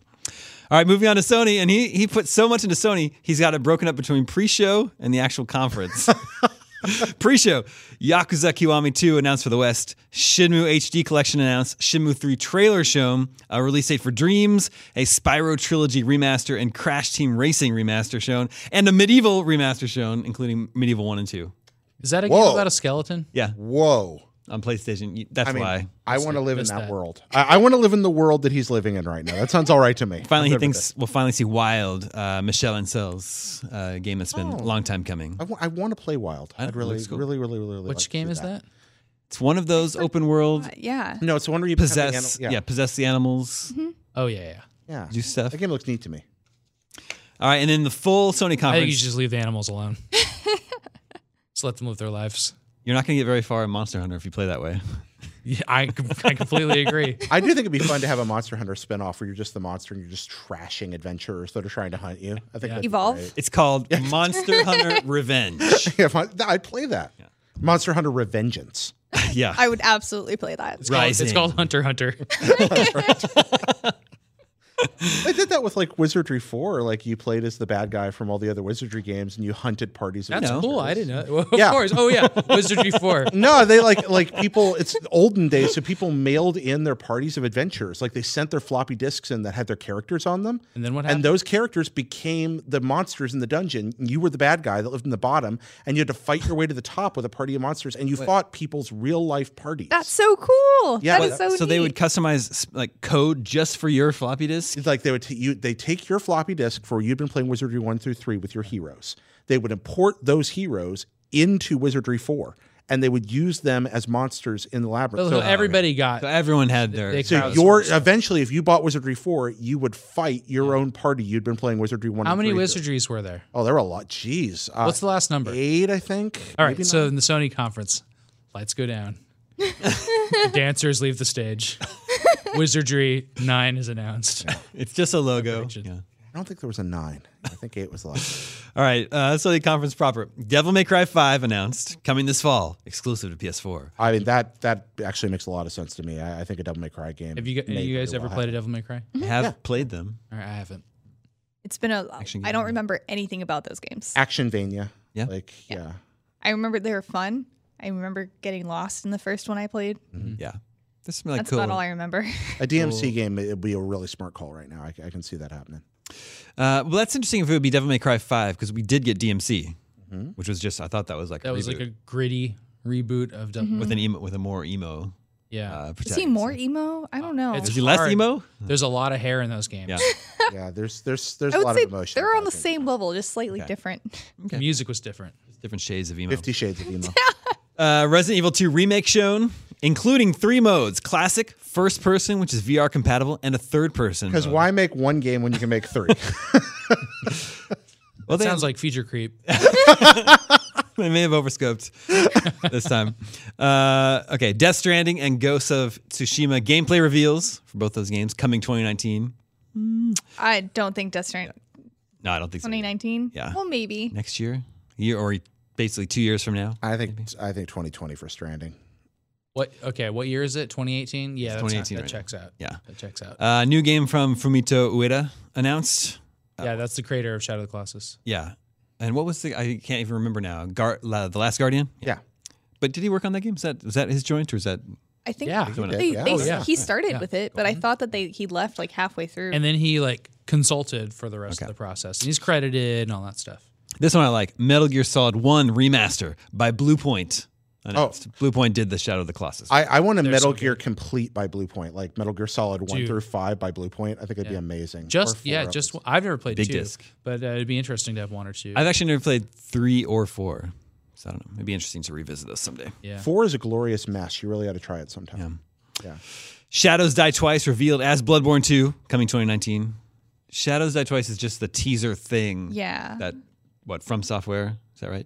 C: All right, moving on to Sony, and he he put so much into Sony, he's got it broken up between pre-show and the actual conference. pre-show, Yakuza Kiwami 2 announced for the West, Shinmu HD Collection announced, Shinmu 3 trailer shown, a release date for Dreams, a Spyro Trilogy remaster, and Crash Team Racing remaster shown, and a Medieval remaster shown, including Medieval 1 and 2.
E: Is that a game
D: Whoa.
E: about a skeleton?
C: Yeah,
D: Whoa.
C: on PlayStation. You- That's
D: I mean,
C: why.
D: I want to live in
E: missed
D: that,
E: that.
D: world. I, I want to live in the world that he's living in right now. That sounds all right to me.
C: Finally, he
D: I'm good with
C: thinks we'll finally see Wild, uh, Michelle Ansel's uh, game that's
D: Oh.
C: been a long time coming.
D: it. I want to play wild.
C: I know,
D: I'd really,
C: looks cool.
D: really, really, really, really. like
E: Which
D: to
E: game
D: do
E: is that?
C: It's one of those open world
F: Uh, yeah.
D: No, it's the one where you become the
C: possess, yeah.
D: animal-
C: possess the animals,
F: Mm-hmm.
E: Oh yeah, yeah, yeah.
D: yeah, yeah.
C: do stuff.
D: That game looks neat to me.
C: All right, and then the full Sony
E: I think
C: conference.
E: you should just leave the animals alone. just let them live their lives.
C: You're not going to get very far in Monster Hunter if you play that way.
E: Yeah, I com- I completely agree.
D: I do think it'd be fun to have a Monster Hunter spinoff where you're just the monster and you're just trashing adventurers that are trying to hunt you. I think that'd be
F: Evolve?
D: great.
C: It's called Monster Hunter Revenge.
D: Yeah, if I, I'd play that. Monster Hunter Revengeance.
C: Yeah.
F: I would absolutely play that.
E: It's called-
C: Rising.
E: It's called Hunter Hunter.
D: They did that with like Wizardry Four. Like you played as the bad guy from all the other Wizardry games and you hunted parties. of
E: That's
C: know.
E: cool. I didn't know. Well, of
D: Yeah.
E: course. Oh yeah, Wizardry Four.
D: No, they like like people. It's olden days, so people mailed in their parties of adventures. Like they sent their floppy disks in that had their characters on them,
E: And then what
D: and
E: happened?
D: those characters became the monsters in the dungeon. and You were the bad guy that lived in the bottom, and you had to fight your way to the top with a party of monsters, and you fought people's real life parties.
F: That's so cool.
D: Yeah,
F: that
D: but-
F: is so.
C: they
F: neat.
C: would customize s- like code just for your floppy disk.
D: It's like they would t- you they take your floppy disk for you've been playing Wizardry one through three with your heroes. They would import those heroes into Wizardry four, and they would use them as monsters in the labyrinth.
E: So
C: uh,
D: So-
E: everybody got.
C: So everyone had their.
E: They
D: So
E: crowds
D: your
E: first.
D: eventually, if you bought Wizardry four, you would fight your own party. You'd been playing Wizardry one.
E: How
D: and
E: many
D: three through.
E: wizardries were there?
D: Oh, there were a lot. Jeez, uh,
E: What's the last number?
D: eight? I think.
E: All right,
D: Maybe
E: so
D: nine?
E: in the Sony conference, lights go down. Dancers leave the stage. Wizardry nine is announced.
C: It's just a logo. Yeah.
D: I don't think there was a nine. I think eight was the last.
C: All right, uh, Sony conference proper. Devil May Cry 5 announced coming this fall, exclusive to PS4.
D: I mean that that actually makes a lot of sense to me. I, I think a Devil May Cry game.
E: Have you, gu-
D: may
E: you guys
D: very
E: ever
D: well
E: played a Devil May Cry?
F: Mm-hmm.
C: I have played them.
E: All right, I haven't.
F: It's been a.
C: Action
F: I
C: game.
F: don't remember anything about those games.
D: happen. Actionvania?
C: Yeah.
D: like yeah.
F: I remember they were fun. I remember getting lost in the first one I played.
C: Yeah. There's some like
F: That's
C: cool.
F: about all I remember.
D: A DMC game it would be a really smart call right now. I, I can see that happening.
C: Uh, well, that's interesting if it would be Devil May Cry 5 because we did get DMC,
F: Mm-hmm.
C: which was just, I thought that was like,
E: That
C: a
E: was like
C: reboot
E: a gritty reboot of Devil.
C: with, an emo, with a more emo.
E: Yeah,
C: Uh,
F: Mm-hmm. Is he
C: protagonist.
F: more emo? I don't know.
E: It's
C: Is he less
E: hard.
C: emo?
E: there's a lot of hair in those games.
C: Yeah.
D: Yeah, there's there's there's
F: I
D: a
F: would
D: lot
F: say
D: of emotion.
F: they're on the
D: about it.
F: same level, just slightly
C: Okay.
F: different.
E: The music was different.
C: Different shades of emo.
D: Fifty Shades of Emo.
C: Uh, Resident Evil 2 remake shown, including three modes: classic, first person, which is VR compatible, and a third person.
D: Because
C: mode.
D: why make one game when you can make three?
C: Well,
E: It
C: they,
E: sounds like feature creep.
C: they may have overscoped this time. Uh, okay, Death Stranding and Ghosts of Tsushima gameplay reveals for both those games coming 2019.
F: I don't think Death Stranding
C: No, I don't think so.
F: 2019.
C: Yeah.
F: Well, maybe.
C: Next year, year or basically two years from now.
D: I think I think 2020 for Stranding.
E: What? Okay, what year is it? 2018. Yeah, that's
C: 2018
E: Not, that
C: right now.
E: checks out.
C: Yeah.
E: that checks out.
C: Uh, new game from Fumito Ueda announced.
E: yeah, that's the creator of Shadow of the Colossus.
C: Yeah, and what was the? I can't even remember now. Gar- La, the Last Guardian.
D: Yeah.
C: But did he work on that game? Is that was that his joint or is that?
F: I think
E: Yeah,
C: Someone
F: they,
D: Yeah.
F: they,
D: Oh, yeah. Mm-hmm.
F: he started with it, but I
E: on.
F: thought that they he left like halfway through.
E: and then he like consulted for the rest
C: Okay.
E: of the process, and he's credited and all that stuff.
C: This one I like. Metal Gear Solid 1 Remaster by Blue Point. Announced. Blue Point did the Shadow of the Colossus.
D: I, I want a Metal
E: so
D: Gear complete by Blue Point, like Metal Gear Solid one
E: Dude.
D: through five by Blue Point. I think it'd be amazing. Or
E: Just
D: four
E: yeah,
D: of
E: just
D: it.
E: one. I've never played
C: Big
E: two,
C: disc.
E: but uh, it'd be interesting to have one or two.
C: I've actually never played 3 or 4. So I don't know. It'd be interesting to revisit those someday.
E: yeah.
D: four is a glorious mess. You really ought to try it sometime.
C: Shadows Die Twice revealed as Bloodborne 2 coming 2019. Shadows Die Twice is just the teaser thing.
F: yeah.
C: That, what, from software? Is that right?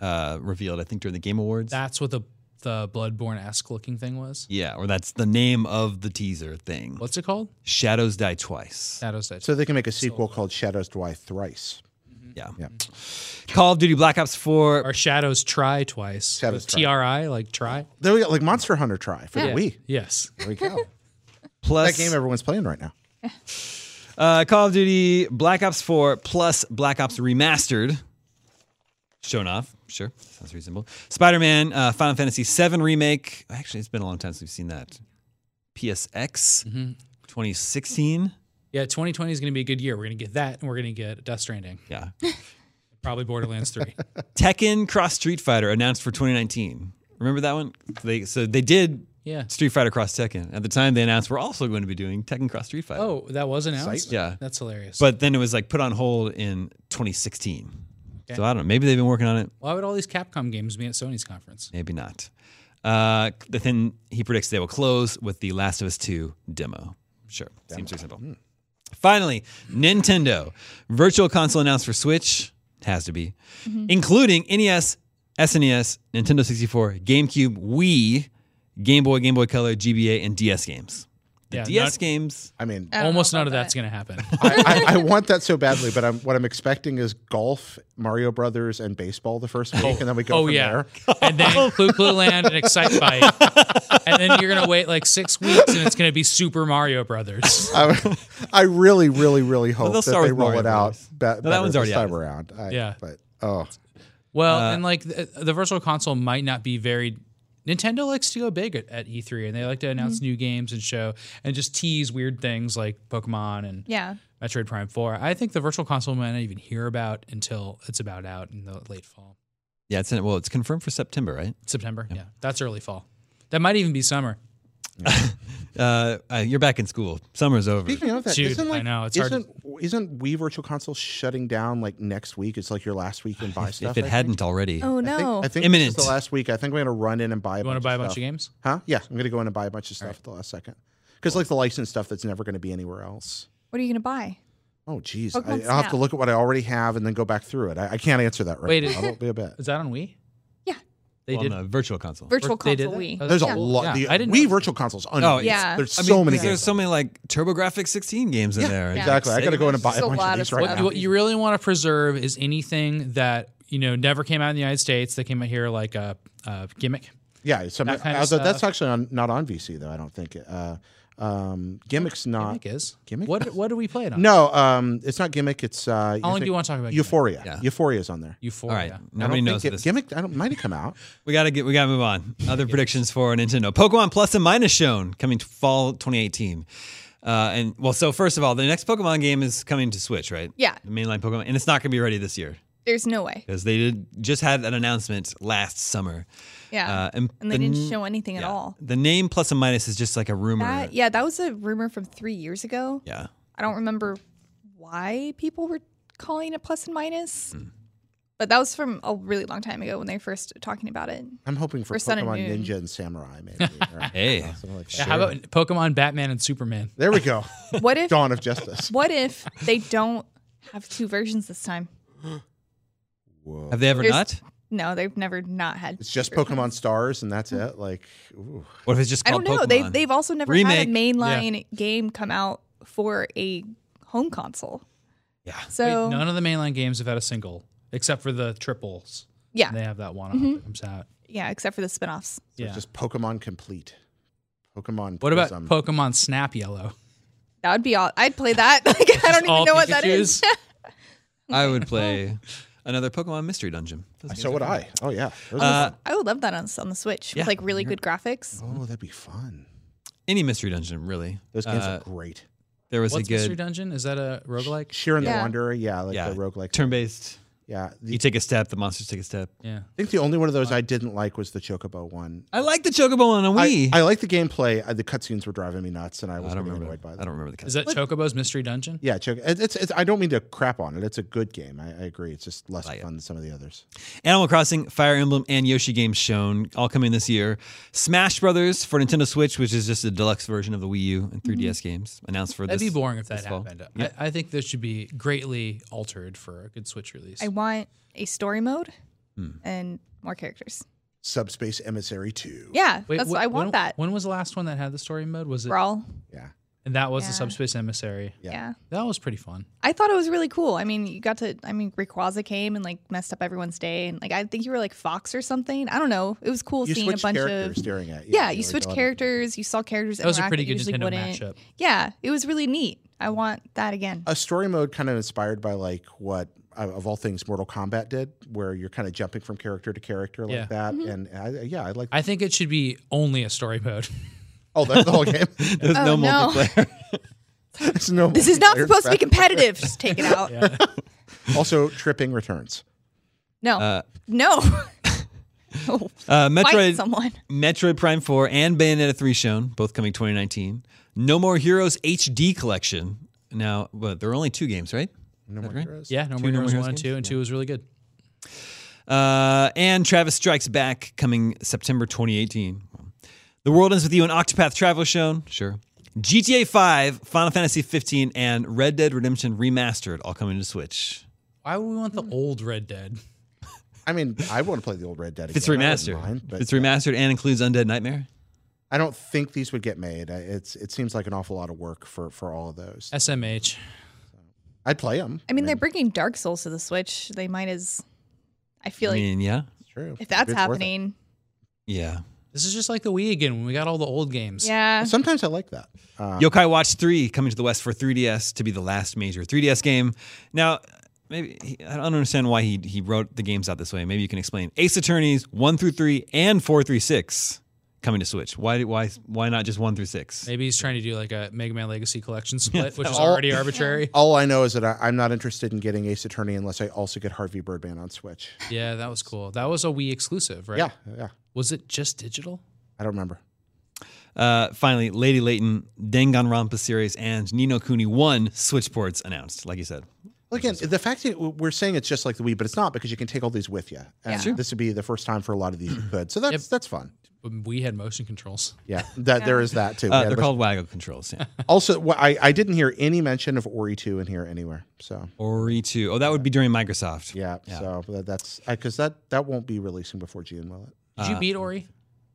C: Uh, revealed, I think, during the Game Awards.
E: That's what the the Bloodborne esque looking thing was.
C: yeah, or that's the name of the teaser thing.
E: What's it called?
C: Shadows Die Twice.
E: Shadows Die.
D: So they can make a sequel called Shadows Die Thrice.
C: Yeah.
D: Yeah.
C: Call of Duty Black Ops 4
E: or Shadows Try twice.
D: Shadows
E: With
D: Try.
E: T R I like try.
D: There we go, like Monster Hunter Try for the Wii.
E: Yes.
D: There we go.
C: plus
D: that game everyone's playing right now.
C: Uh, Call of Duty Black Ops 4 plus Black Ops Remastered. Shown off, sure. Sounds reasonable. Spider Man, uh, Final Fantasy VII Remake. Actually, it's been a long time since we've seen that. PSX 2016.
E: Yeah, 2020 is going to be a good year. We're going to get that, and we're going to get Death Stranding,
C: Yeah.
E: probably Borderlands 3.
C: Tekken Cross Street Fighter announced for 2019. Remember that one? They So they did
E: Yeah.
C: Street Fighter Cross Tekken. At the time, they announced we're also going to be doing Tekken Cross Street Fighter.
E: Oh, that was announced.
C: Yeah.
E: that's hilarious.
C: But then it was like put on hold in 2016. So I don't know. Maybe they've been working on it.
E: why would all these Capcom games be at Sony's conference?
C: Maybe not. Uh, then he predicts they will close with the Last of Us 2 demo. Sure. Seems reasonable. Finally, Nintendo. Virtual console announced for Switch. Has to be.
F: Mm-hmm.
C: Including E NES, SNES, E Nintendo 64, GameCube, Wii, Game Boy, Game Boy Color, GBA, and DS games. The
E: Yeah,
C: DS
E: not-
C: games.
D: I mean,
F: don't know
E: Almost
F: about
E: none of
F: that.
E: that's going to happen.
D: I, I, I want that so badly, but I'm what I'm expecting is golf, Mario Brothers, and baseball the first week, and then we go
E: oh
D: from
E: yeah,
D: there.
E: and then Clue Clue Land and Excite Bike, and then you're going to wait like six weeks, and it's going to be Super Mario Brothers.
D: I, I really, really, really hope
C: they'll
D: that
C: start
D: they
C: with
D: roll
C: Mario
D: it out.
C: Brothers.
D: Be-
C: that
D: better
C: one's
D: this
C: already out,
D: time
C: isn't it?
D: around. I,
E: Yeah.
D: but oh,
E: Well,
C: Uh,
E: and like the, the virtual console might not be very. Nintendo likes to go big at, at E3, and they like to
C: Mm-hmm.
E: announce new games and show and just tease weird things like Pokemon and
F: Yeah.
E: Metroid Prime Four. I think the virtual console might not even hear about until it's about out in the late fall,
C: Yeah, it's in, well, it's confirmed for September, right?
E: September. Yeah, that's early fall. That might even be summer.
C: Uh, uh, you're back in school. Summer's over.
D: speaking of that,
E: Dude,
D: not like
E: I know, it's hard to-
D: isn't isn't Wii Virtual Console shutting down like next week? It's like your last week and buy stuff.
C: if it
D: I
C: hadn't already.
F: Oh
D: think.
F: no.
D: I think
C: Imminent.
D: this is the last week. I think I'm gonna run in and buy. A
E: You want to
D: bunch
E: buy a
D: of
E: bunch
D: stuff.
E: of games?
D: Huh? Yeah, I'm gonna go in and buy a bunch of stuff at the last second because like the licensed stuff that's never gonna be anywhere else.
F: what are you gonna buy?
D: Oh, geez. I,
F: Pokemon
D: I'll have
F: Snap.
D: to look at what I already have and then go back through it. I, I can't answer that right
E: Wait,
D: now.
E: is-
D: I won't be a bit.
E: Is that on Wii?
F: Yeah.
E: They
C: on
E: did.
C: a virtual console.
F: Virtual
E: they did
F: console
E: that?
F: Wii.
E: Oh,
D: There's
E: yeah.
D: a lot.
E: Yeah,
D: the
E: I didn't
D: Wii
E: know.
D: virtual consoles.
C: Oh,
D: Oh,
C: it's-
F: Yeah.
D: There's
C: I
D: so
C: mean,
D: many
C: there's
D: games.
C: so many like TurboGrafx 16 games in there.
F: yeah.
D: exactly. I got to go in and buy
F: There's
D: a
F: a
D: bunch
F: lot
D: of
F: of
D: these right
F: stuff.
D: now.
E: What you really want to preserve is anything that you know never came out in the United States that came out here like a, a gimmick.
D: yeah, it's some,
E: That kind of
D: although that's
E: stuff.
D: actually on, not on VC though. I don't think. Uh, um, gimmick's not.
E: Gimmick is
D: Gimmick?
E: What what do we play it on?
D: No, um, it's not gimmick. It's. Uh, How
E: long do you wanna talk about gimmick?
D: Euphoria?
C: Yeah.
D: Euphoria is on there.
E: Euphoria.
C: All right.
D: I
C: Nobody
D: don't
C: knows
D: think
C: this.
D: it, gimmick. I don't might have come out.
C: We gotta get. We gotta move on. Other predictions for Nintendo: Pokemon Plus and Minus shown coming to fall 2018. Uh, and well, so first of all, the next Pokemon game is coming to Switch, right?
F: Yeah.
C: The mainline Pokemon, and it's not gonna be ready this year
F: There's no way.
C: because they did just had an announcement last summer.
F: Yeah.
C: Uh, and,
F: and they
C: the
F: didn't
C: n-
F: show anything at
C: yeah.
F: all.
C: The name Plus and Minus is just like a rumor.
F: That yeah, that was a rumor from three years ago.
C: yeah.
F: I don't remember why people were calling it plus and minus,
C: Hmm.
F: but that was from a really long time ago when they first were talking about it.
D: I'm hoping for
F: Or Sun and
D: Pokemon
F: Moon.
D: Ninja and Samurai maybe. or
C: Hey.
D: something like that.
E: Yeah, How about Pokemon, Batman, and Superman?
D: There we go.
F: What if
D: Dawn of Justice.
F: what if they don't have two versions this time?
D: Whoa.
C: Have they ever
F: There's-
C: not?
F: No, they've never not had.
D: It's just
F: two versions.
D: Pokemon Stars and that's it. Like, ooh.
C: What if it's just
F: I
C: called
F: don't know.
C: Pokemon?
F: They've they've also never had
C: Remake.
F: a mainline game come out for a home console.
C: Yeah.
F: So
E: Wait, none of the mainline games have had a single except for the triples.
F: yeah, Mm-hmm.
E: They have that one off that comes out.
F: yeah, except for the spin-offs.
D: So
E: Yeah.
D: It's just Pokemon complete. Pokemon.
E: What about
D: Prism.
E: Pokemon Snap Yellow?
F: That would be all. I'd play that. Like I don't even
E: all
F: know what that is.
E: Pikachus?
C: I would play another Pokemon Mystery Dungeon. Those games
D: So
C: are
D: would
C: fun.
D: I. Oh yeah. Those are
C: Uh,
F: I would love that on, on the Switch
C: Yeah.
F: with like really good graphics.
D: fun. oh, that'd be fun.
C: any Mystery Dungeon, really.
D: Those games
C: Uh,
D: are great.
C: There was
E: What's
C: a
E: Mystery
C: good
E: Dungeon? Is that a roguelike?
D: Sheer and the
F: Yeah.
D: Wanderer. Yeah, like
C: Yeah.
D: the roguelike.
C: turn-based.
D: yeah. The,
C: You take a step, the monsters take a step.
E: Yeah.
D: I think the only one of those I didn't like was the Chocobo one.
C: I like the Chocobo on a
D: I,
C: Wii.
D: I like the gameplay. Uh, The cutscenes were driving me nuts, and I was
C: I don't
D: getting
C: remember.
D: annoyed by
C: I
D: them.
C: don't remember the.
E: Is
C: cast.
E: that Chocobo's Mystery Dungeon?
D: yeah, Choco. it- It's, it's. I don't mean to crap on it. It's a good game. I, I agree. It's just less
C: Like it.
D: fun than some of the others.
C: Animal Crossing, Fire Emblem, and Yoshi games shown all coming this year. Smash Brothers for Nintendo Switch, which is just a deluxe version of the Wii U and 3DS games announced for
E: That'd
C: this.
E: be boring if that
C: this fall.
E: happened.
C: Yeah.
E: I, I think this should be greatly altered for a good Switch release.
F: I want a story mode and more characters.
D: Subspace Emissary Two.
F: Yeah,
E: Wait,
F: that's
E: wh-
F: I want
E: when,
F: that.
E: When was the last one that had the story mode? Was it?
F: Brawl.
D: Yeah.
E: And that was the
F: Yeah.
E: Subspace Emissary.
D: Yeah.
F: Yeah.
E: That was pretty fun.
F: I thought it was really cool. I mean, you got to. I mean, Rayquaza came and like messed up everyone's day, and like I think you were like Fox or something. I don't know. It was cool
D: You
F: seeing a
D: switch
F: bunch
D: characters
F: of.
D: during it.
F: Yeah,
D: there
F: you
D: was a
F: switched
D: lot of-
F: characters. You saw characters.
E: That was a
F: interact
E: pretty
F: you
E: good
F: usually
E: Nintendo
F: wouldn't.
E: matchup.
F: Yeah, it was really neat. I want that again.
D: a story mode kind of inspired by like what uh, of all things Mortal Kombat did, where you're kind of jumping from character to character like
E: Yeah.
D: that.
F: Mm-hmm.
D: And I, yeah, I like.
E: I think it should be only a story mode.
D: oh, that's the whole game.
C: There's
F: Oh,
C: no,
F: no.
C: multiplayer.
D: It's no
F: This is not
D: multiplayer.
F: supposed to be competitive. Just take it out.
D: Also, tripping returns.
F: No,
C: Uh,
F: no. Oh,
C: Uh,
F: Fight
C: Metroid,
F: someone.
C: Metroid Prime 4 and Bayonetta 3 shown, both coming 2019. No More Heroes HD Collection. Now, but there are only two games, right?
D: No more
C: right?
D: heroes.
E: Yeah, No
C: Two
E: More
C: No More
E: Heroes
C: Heroes
E: 1 and 2, and 2 was really good.
C: Uh, and Travis Strikes Back coming September 2018. The World Ends With You and Octopath Travel shown, sure. GTA 5, Final Fantasy 15, and Red Dead Redemption Remastered all coming to Switch.
E: Why would we want
F: Hmm.
E: the old Red Dead?
D: I mean, I want to play the old Red Dead.
C: If it's
D: again. I wouldn't
C: remastered,
D: mind,
C: if
D: but
C: it's remastered and includes Undead Nightmare.
D: I don't think these would get made. I- It's it seems like an awful lot of work for for all of those.
E: SMH.
D: I'd play them.
F: I mean, they're bringing Dark Souls to the Switch. They might as. I feel
C: I
F: like
C: mean, yeah,
D: true.
F: if
D: It's
F: that's
D: worth it.
F: happening,
C: yeah.
E: This is just like the Wii again when we got all the old games.
F: yeah.
D: Sometimes I like that. Uh,
C: Yokai Watch 3 coming to the West for 3DS to be the last major 3DS game. Now, maybe he, I don't understand why he, he wrote the games out this way. Maybe you can explain. Ace Attorneys 1 through 3 and 4 through 6 coming to Switch. Why why why not just 1 through 6?
E: Maybe he's trying to do like a Mega Man Legacy collection split, which is already arbitrary.
D: all I know is that I, I'm not interested in getting Ace Attorney unless I also get Harvey Birdman on Switch.
E: Yeah, that was cool. That was a Wii exclusive, right?
D: Yeah, yeah.
E: Was it just digital?
D: I don't remember.
C: Uh, finally, Lady Leighton, Danganronpa series and Nino Kuni 1 Switch ports announced, like you said.
D: Well, again, the fact that w- we're saying it's just like the Wii, but it's not because you can take all these with you. And
F: Sure.
D: this would be the first time for a lot of these you could. So that's that's fun.
E: We had motion controls.
D: Yeah, that there is that too.
C: Uh,
D: Yeah,
C: they're
D: but-
C: called Waggle controls. Yeah.
D: also, wh- I I didn't hear any mention of Ori two in here anywhere. So
C: Ori 2. Oh, that would be during Microsoft.
D: yeah,
C: Yeah.
D: so that, that's because that that won't be releasing before June, will it?
E: Did you beat Ori?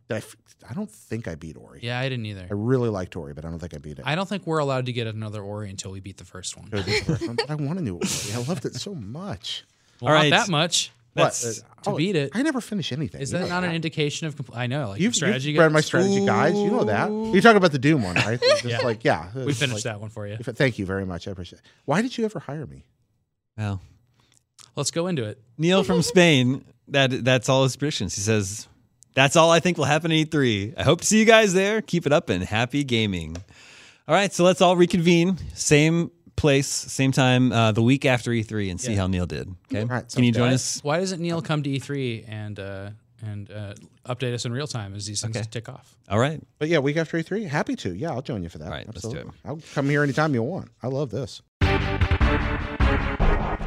D: Did I, f- I don't think I beat Ori.
E: Yeah, I didn't either.
D: I really liked Ori, but I don't think I beat it.
E: I don't think we're allowed to get another Ori until we beat the first one.
D: Could have beat the first one, but I want a new Ori. I loved it so much.
E: Well,
C: All right.
E: Not that much.
D: What?
C: That's-
D: Uh,
E: to beat it.
D: I never finish anything.
E: Is
D: You
E: that
D: know
E: not an indication of? Compl- I know, like
D: You've,
E: strategy.
D: you've read my
E: guys?
D: strategy, guys. You know that. You're talking about the Doom one, right? It's Just
E: Yeah.
D: like, yeah.
E: We finished that one for you.
D: that. Thank you very much. I appreciate it. Why did you ever hire me?
C: Well,
E: Let's go into it.
C: Neil from Spain. That that's all his predictions. He says, "That's all I think will happen in E3. I hope to see you guys there. Keep it up and happy gaming." All right, so let's all reconvene. Same place, same time, uh, the week after E3, and see how Neil did. Okay,
D: right,
C: can you
D: sounds
C: join
D: good.
C: us?
E: Why doesn't Neil come to E3 and uh, and uh, update us in real time as these things tick off?
C: All right,
D: But yeah, week after E3, happy to. Yeah, I'll join you for that.
C: All right, let's do
D: Absolutely. I'll come here anytime you want. I love this.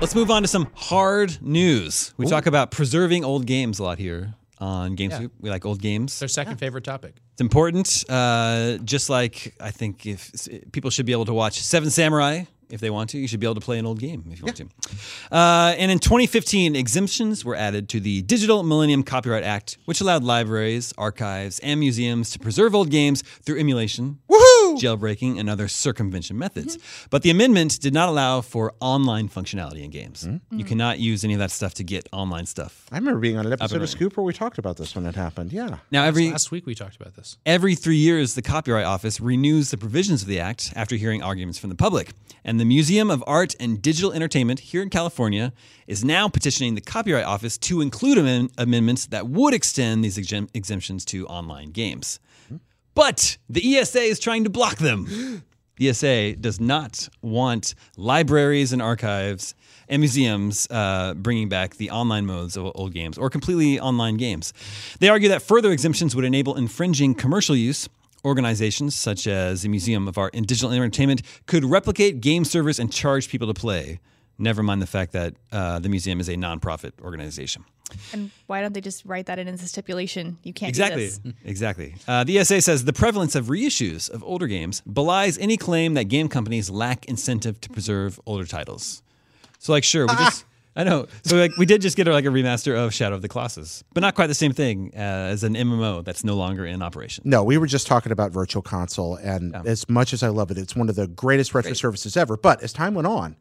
C: let's move on to some hard news. We talk about preserving old games a lot here on GameScoop. We like old games.
E: Their second favorite topic.
C: It's important. Uh, just like I think if s- people should be able to watch Seven Samurai if they want to, you should be able to play an old game if you want to. Uh, and in 2015, exemptions were added to the Digital Millennium Copyright Act, which allowed libraries, archives, and museums to preserve old games through emulation, jailbreaking, and other circumvention methods. But the amendment did not allow for online functionality in games. You cannot use any of that stuff to get online stuff.
D: I remember being on an episode of Scoop where we talked about this when it happened. Yeah.
C: Now, every
E: Last week we talked about this.
C: Every three years, the Copyright Office renews the provisions of the Act after hearing arguments from the public. And the Museum of Art and Digital Entertainment here in California is now petitioning the Copyright Office to include amend- amendments that would extend these exemp- exemptions to online games. But the ESA is trying to block them. The ESA does not want libraries and archives and museums uh, bringing back the online modes of old games or completely online games. They argue that further exemptions would enable infringing commercial use. Organizations such as the Museum of Art and Digital Entertainment could replicate game servers and charge people to play. Never mind the fact that uh, the museum is a nonprofit organization.
F: And why don't they just write that in as a stipulation? You can't Do
C: Exactly.
F: this.
C: Exactly. Uh, the ESA says the prevalence of reissues of older games belies any claim that game companies lack incentive to preserve older titles. So, like, sure, we
E: Ah.
C: just. I know. So, like, we did just get like a remaster of Shadow of the Colossus, but not quite the same thing uh, as an MMO that's no longer in operation.
D: No, we were just talking about Virtual Console, and as much as I love it, it's one of the greatest retro services ever. But as time went on,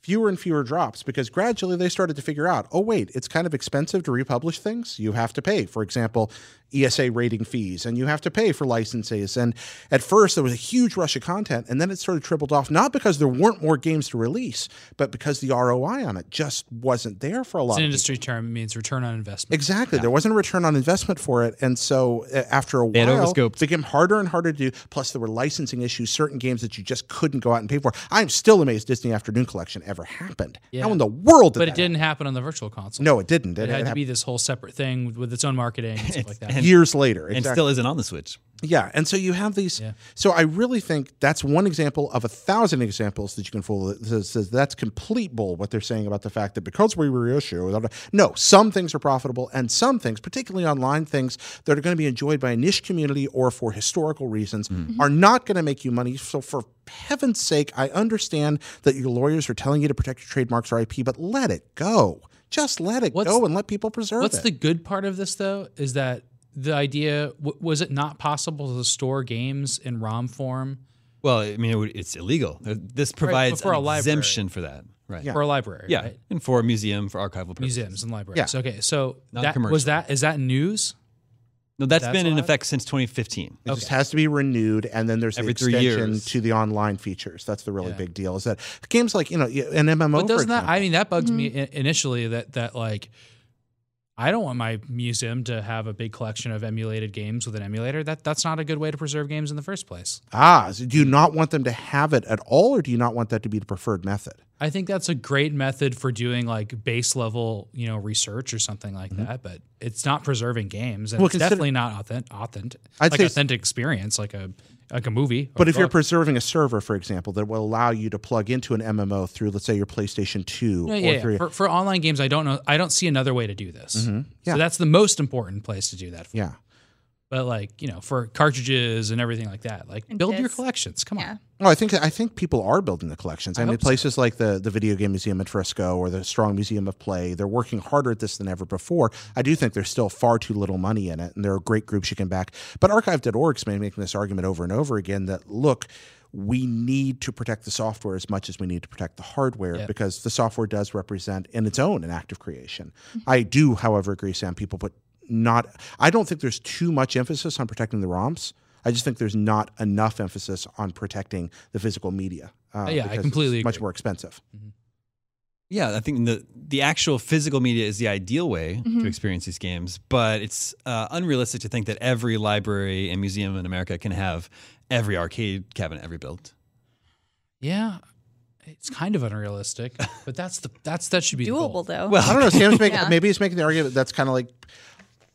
D: fewer and fewer drops because gradually they started to figure out oh wait it's kind of expensive to republish things you have to pay for example esa rating fees and you have to pay for licenses and at first there was a huge rush of content and then it sort of tripled off not because there weren't more games to release but because the roi on it just wasn't there for a lot
E: It's an
D: of people.
E: industry term. It means return on investment.
D: Exactly. There wasn't a return on investment for it. And so uh, after a
C: had
D: while,
C: overscoped.
D: it became harder and harder to do. Plus, there were licensing issues, certain games that you just couldn't go out and pay for. I'm still amazed Disney Afternoon Collection ever happened.
E: Yeah.
D: How in the world did
E: But
D: that
E: it didn't happen on the virtual console.
D: happen? No, it didn't. It,
E: It
D: it
E: had to be
D: happened
E: this whole separate thing with its own marketing and stuff like that.
D: years later.
C: and still isn't on the Switch.
D: Yeah, and so you have these. So I really think that's one example of a thousand examples that you can fool. That says, says that's complete bull. What they're saying about the fact that because we reissue, blah, blah. no, some things are profitable, and some things, particularly online things that are going to be enjoyed by a niche community or for historical reasons,
E: Mm-hmm.
D: are not going to make you money. So for heaven's sake, I understand that your lawyers are telling you to protect your trademarks or IP, but let it go. Just let it
E: What's-
D: go and let people preserve
E: What's
D: it.
E: the good part of this though? Is that the idea w- was it not possible to store games in ROM form
C: Well, I mean, it would, it's illegal. There- This provides
E: but for a
C: an
E: library.
C: exemption for that, right?
D: Yeah.
E: for a library?
C: Yeah,
E: right?
C: and for a museum for archival purposes.
E: museums and libraries.
D: Yeah.
E: Okay, so
C: Not
E: that
C: commercial.
E: was that. Is that news?
C: No, that's
E: That's
C: been in
E: allowed?
C: effect since 2015.
D: It just has to be renewed, and then there's
C: Every
D: the
C: three
D: extension
C: years.
D: to the online features. That's the really
E: Yeah.
D: big deal. Is that games like you know y- an MMO?
E: But
D: for
E: doesn't that?
D: example.
E: I mean, that bugs me i- initially. That that like, I don't want my museum to have a big collection of emulated games with an emulator. That that's not a good way to preserve games in the first place.
D: ah, so do you not want them to have it at all, or do you not want that to be the preferred method?
E: I think that's a great method for doing like base level, you know, research or something like that. But it's not preserving games, and
D: Mm-hmm. Well,
E: it's
D: consider-
E: definitely not authentic, authentic,
D: I'd
E: like
D: say-
E: authentic experience, like a like a movie. or
D: But if you're
E: book.
D: preserving a server, for example, that will allow you to plug into an MMO through, let's say, your PlayStation Two
E: No,
D: or
E: yeah, yeah.
D: three.
E: For, for online games, I don't know. I don't see another way to do this.
D: Mm-hmm. Yeah.
E: So that's the most important place to do that. For.
D: yeah.
E: But like you know, for cartridges and everything like that, like
F: And
E: build your
F: discs.
E: collections. Come on.
F: Yeah.
D: Oh, I think I think people are building the collections. I, mean,
E: hope so.
D: places like the the Video Game Museum at Frisco or the Strong Museum of Play, they're working harder at this than ever before. I do think there's still far too little money in it, and there are great groups you can back. But Archive.org's been making this argument over and over again that look. We need to protect the software as much as we need to protect the hardware
E: Yeah.
D: because the software does represent in its own an act of creation.
E: Mm-hmm.
D: I do, however, agree, Sam. People put not. I don't think there's too much emphasis on protecting the ROMs. I just think there's not enough emphasis on protecting the physical media. Uh,
E: Yeah, I
D: because it's
E: completely
D: much
E: agree.
D: more expensive.
C: Yeah, I think the the actual physical media is the ideal way to experience these games, but it's uh, unrealistic to think that every library and museum in America can have every arcade cabinet ever built.
E: Yeah, it's kind of unrealistic, but that's the that's that should be the goal.
F: Doable though.
C: Well,
D: I don't know. Sam's making
F: Yeah.
D: maybe he's making the argument that's kind of like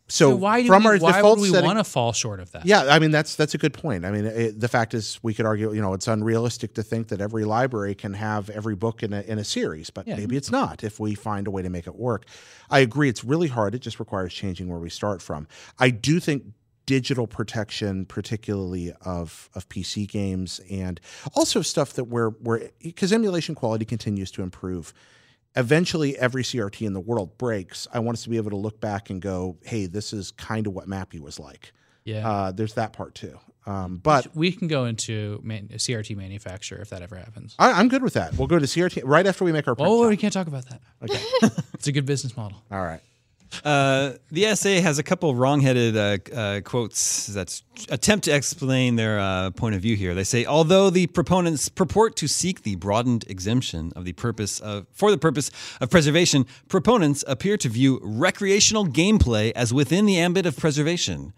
D: so,
E: So why do
D: from
E: we,
D: our
E: why
D: default
E: would we
D: setting.
E: want to fall short of that?
D: yeah, I mean that's that's a good point. I mean it, the fact is we could argue you know it's unrealistic to think that every library can have every book in a, in a series, but
E: Yeah.
D: maybe it's not if we find a way to make it work. I agree, it's really hard. It just requires changing where we start from. I do think digital protection, particularly of of PC games and also stuff that we're we're because emulation quality continues to improve. Eventually, every CRT in the world breaks. I want us to be able to look back and go, "Hey, this is kind of what Mappy was like."
E: yeah.
D: Uh, there's that part too. Um, but
E: we can go into man, CRT manufacture if that ever happens.
D: I, I'm good with that. We'll go to CRT right after we make our. print
E: Oh, we
D: shop.
E: can't talk about that.
D: Okay.
E: It's a good business model.
D: All right.
C: Uh, the essay has a couple wrongheaded uh, uh, quotes that attempt to explain their uh, point of view here. They say, although the proponents purport to seek the broadened exemption of the purpose of for the purpose of preservation, proponents appear to view recreational gameplay as within the ambit of preservation.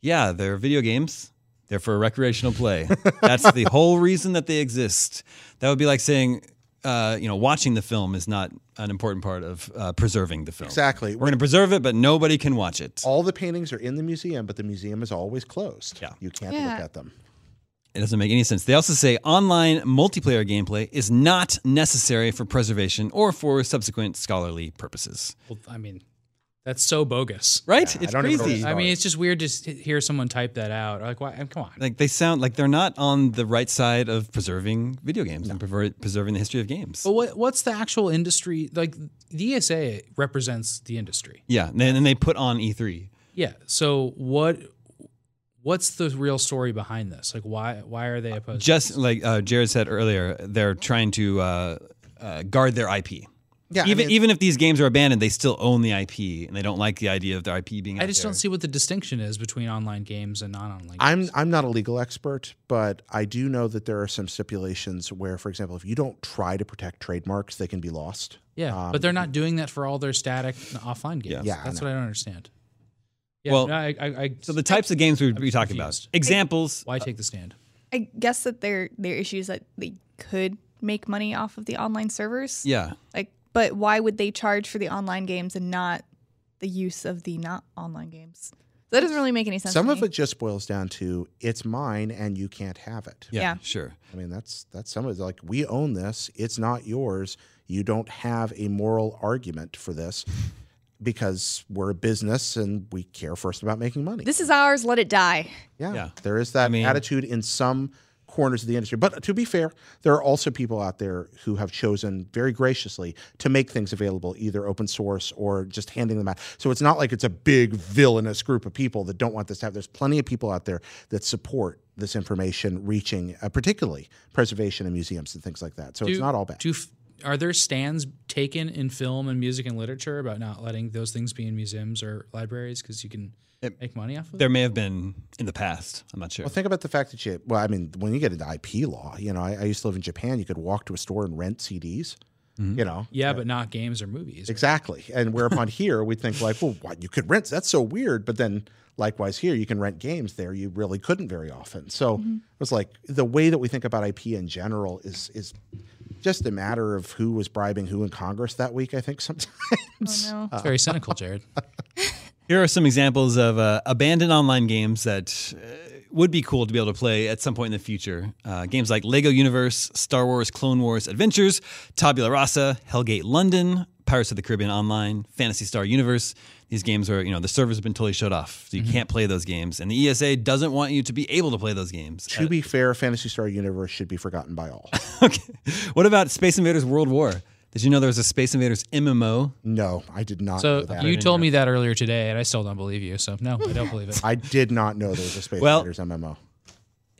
C: Yeah, they're video games. They're for recreational play. That's the whole reason that they exist. That would be like saying, uh, you know, watching the film is not an important part of uh, preserving the film.
D: Exactly.
C: We're going to preserve it, but nobody can watch it.
D: All the paintings are in the museum, but the museum is always closed.
C: Yeah.
D: You can't
F: Yeah.
D: look at them.
C: It doesn't make any sense. They also say online multiplayer gameplay is not necessary for preservation or for subsequent scholarly purposes.
E: Well, I mean, that's so bogus.
C: Right?
D: Yeah, I
C: it's
D: don't even know
C: crazy.
D: what
E: I mean, it's just weird to s- hear someone type that out. Like, why? Come on.
C: Like they sound like they're not on the right side of preserving video games and prever- preserving the history of games.
D: Oh.
E: But what what's the actual industry? Like, the ESA represents the industry.
C: Yeah, and then and they put on E E3.
E: Yeah. So what? What's the real story behind this? Like, why why are they opposed?
C: Just like uh, Jared said earlier, they're trying to uh, uh, guard their IP.
D: Yeah, I
C: even
D: mean-
C: even if these games are abandoned, they still own the IP, and they don't like the idea of their IP being.
E: I
C: out
E: just
C: there.
E: don't see what the distinction is between online games and non-online. games.
D: I'm I'm not a legal expert, but I do know that there are some stipulations where, for example, if you don't try to protect trademarks, they can be lost.
E: Yeah, but they're not doing that for all their static and offline games.
D: Um, Yeah, I
E: that's
D: know.
E: what I don't understand. Yeah,
C: Well,
E: no, I, I, I,
C: So the types of games we'd be talking
E: confused.
C: about. Examples.
E: why take the stand?
F: I guess that there there are issues that they could make money off of the online servers.
C: Yeah.
F: Like, but why would they charge for the online games and not the use of the not online games? That doesn't really make any sense.
D: some
F: to
D: of
F: me.
D: it just boils down to it's mine and you can't have it.
C: yeah.
F: Yeah.
C: Sure.
D: I mean, that's that's some of it. Like we own this; it's not yours. You don't have a moral argument for this because we're a business and we care first about making money.
F: This is ours. Let it die.
D: yeah,
C: Yeah.
D: there is that
C: mean-
D: attitude in some corners of the industry. But to be fair, there are also people out there who have chosen very graciously to make things available, either open source or just handing them out. So it's not like it's a big villainous group of people that don't want this to happen. There's plenty of people out there that support this information reaching, uh, particularly preservation in museums and things like that. So it's
E: Do-
D: not all bad.
E: Do f- are there stands taken in film and music and literature about not letting those things be in museums or libraries because you can make money off of? it?
C: There may have been in the past. I'm not sure.
D: Well, think about the fact that you. Well, I mean, when you get into IP law, you know, I, I used to live in Japan. You could walk to a store and rent CDs. You know,
E: Yeah, but not games or movies.
D: Exactly. And whereupon here we think like, well, what you could rent that's so weird. But then likewise here you can rent games there you really couldn't very often. So
F: Mm-hmm.
D: it was like the way that we think about IP in general is is just a matter of who was bribing who in Congress that week, I think sometimes.
F: Oh no.
E: It's very cynical, Jared.
C: Here are some examples of uh, abandoned online games that uh, would be cool to be able to play at some point in the future. Uh, games like Lego Universe, Star Wars Clone Wars Adventures, Tabula Rasa, Hellgate London, Pirates of the Caribbean Online, Fantasy Star Universe. These games are, you know, the servers have been totally shut off. So you can't play those games. And the ESA doesn't want you to be able to play those games.
D: to be fair, Fantasy Star Universe should be forgotten by all.
C: okay. What about Space Invaders World War? Did you know there was a Space Invaders MMO?
D: No, I did not know
E: So
D: that.
E: you told me that earlier today, and I still don't believe you. So no, I don't believe it.
D: I did not know there was a Space
C: Well,
D: Invaders MMO.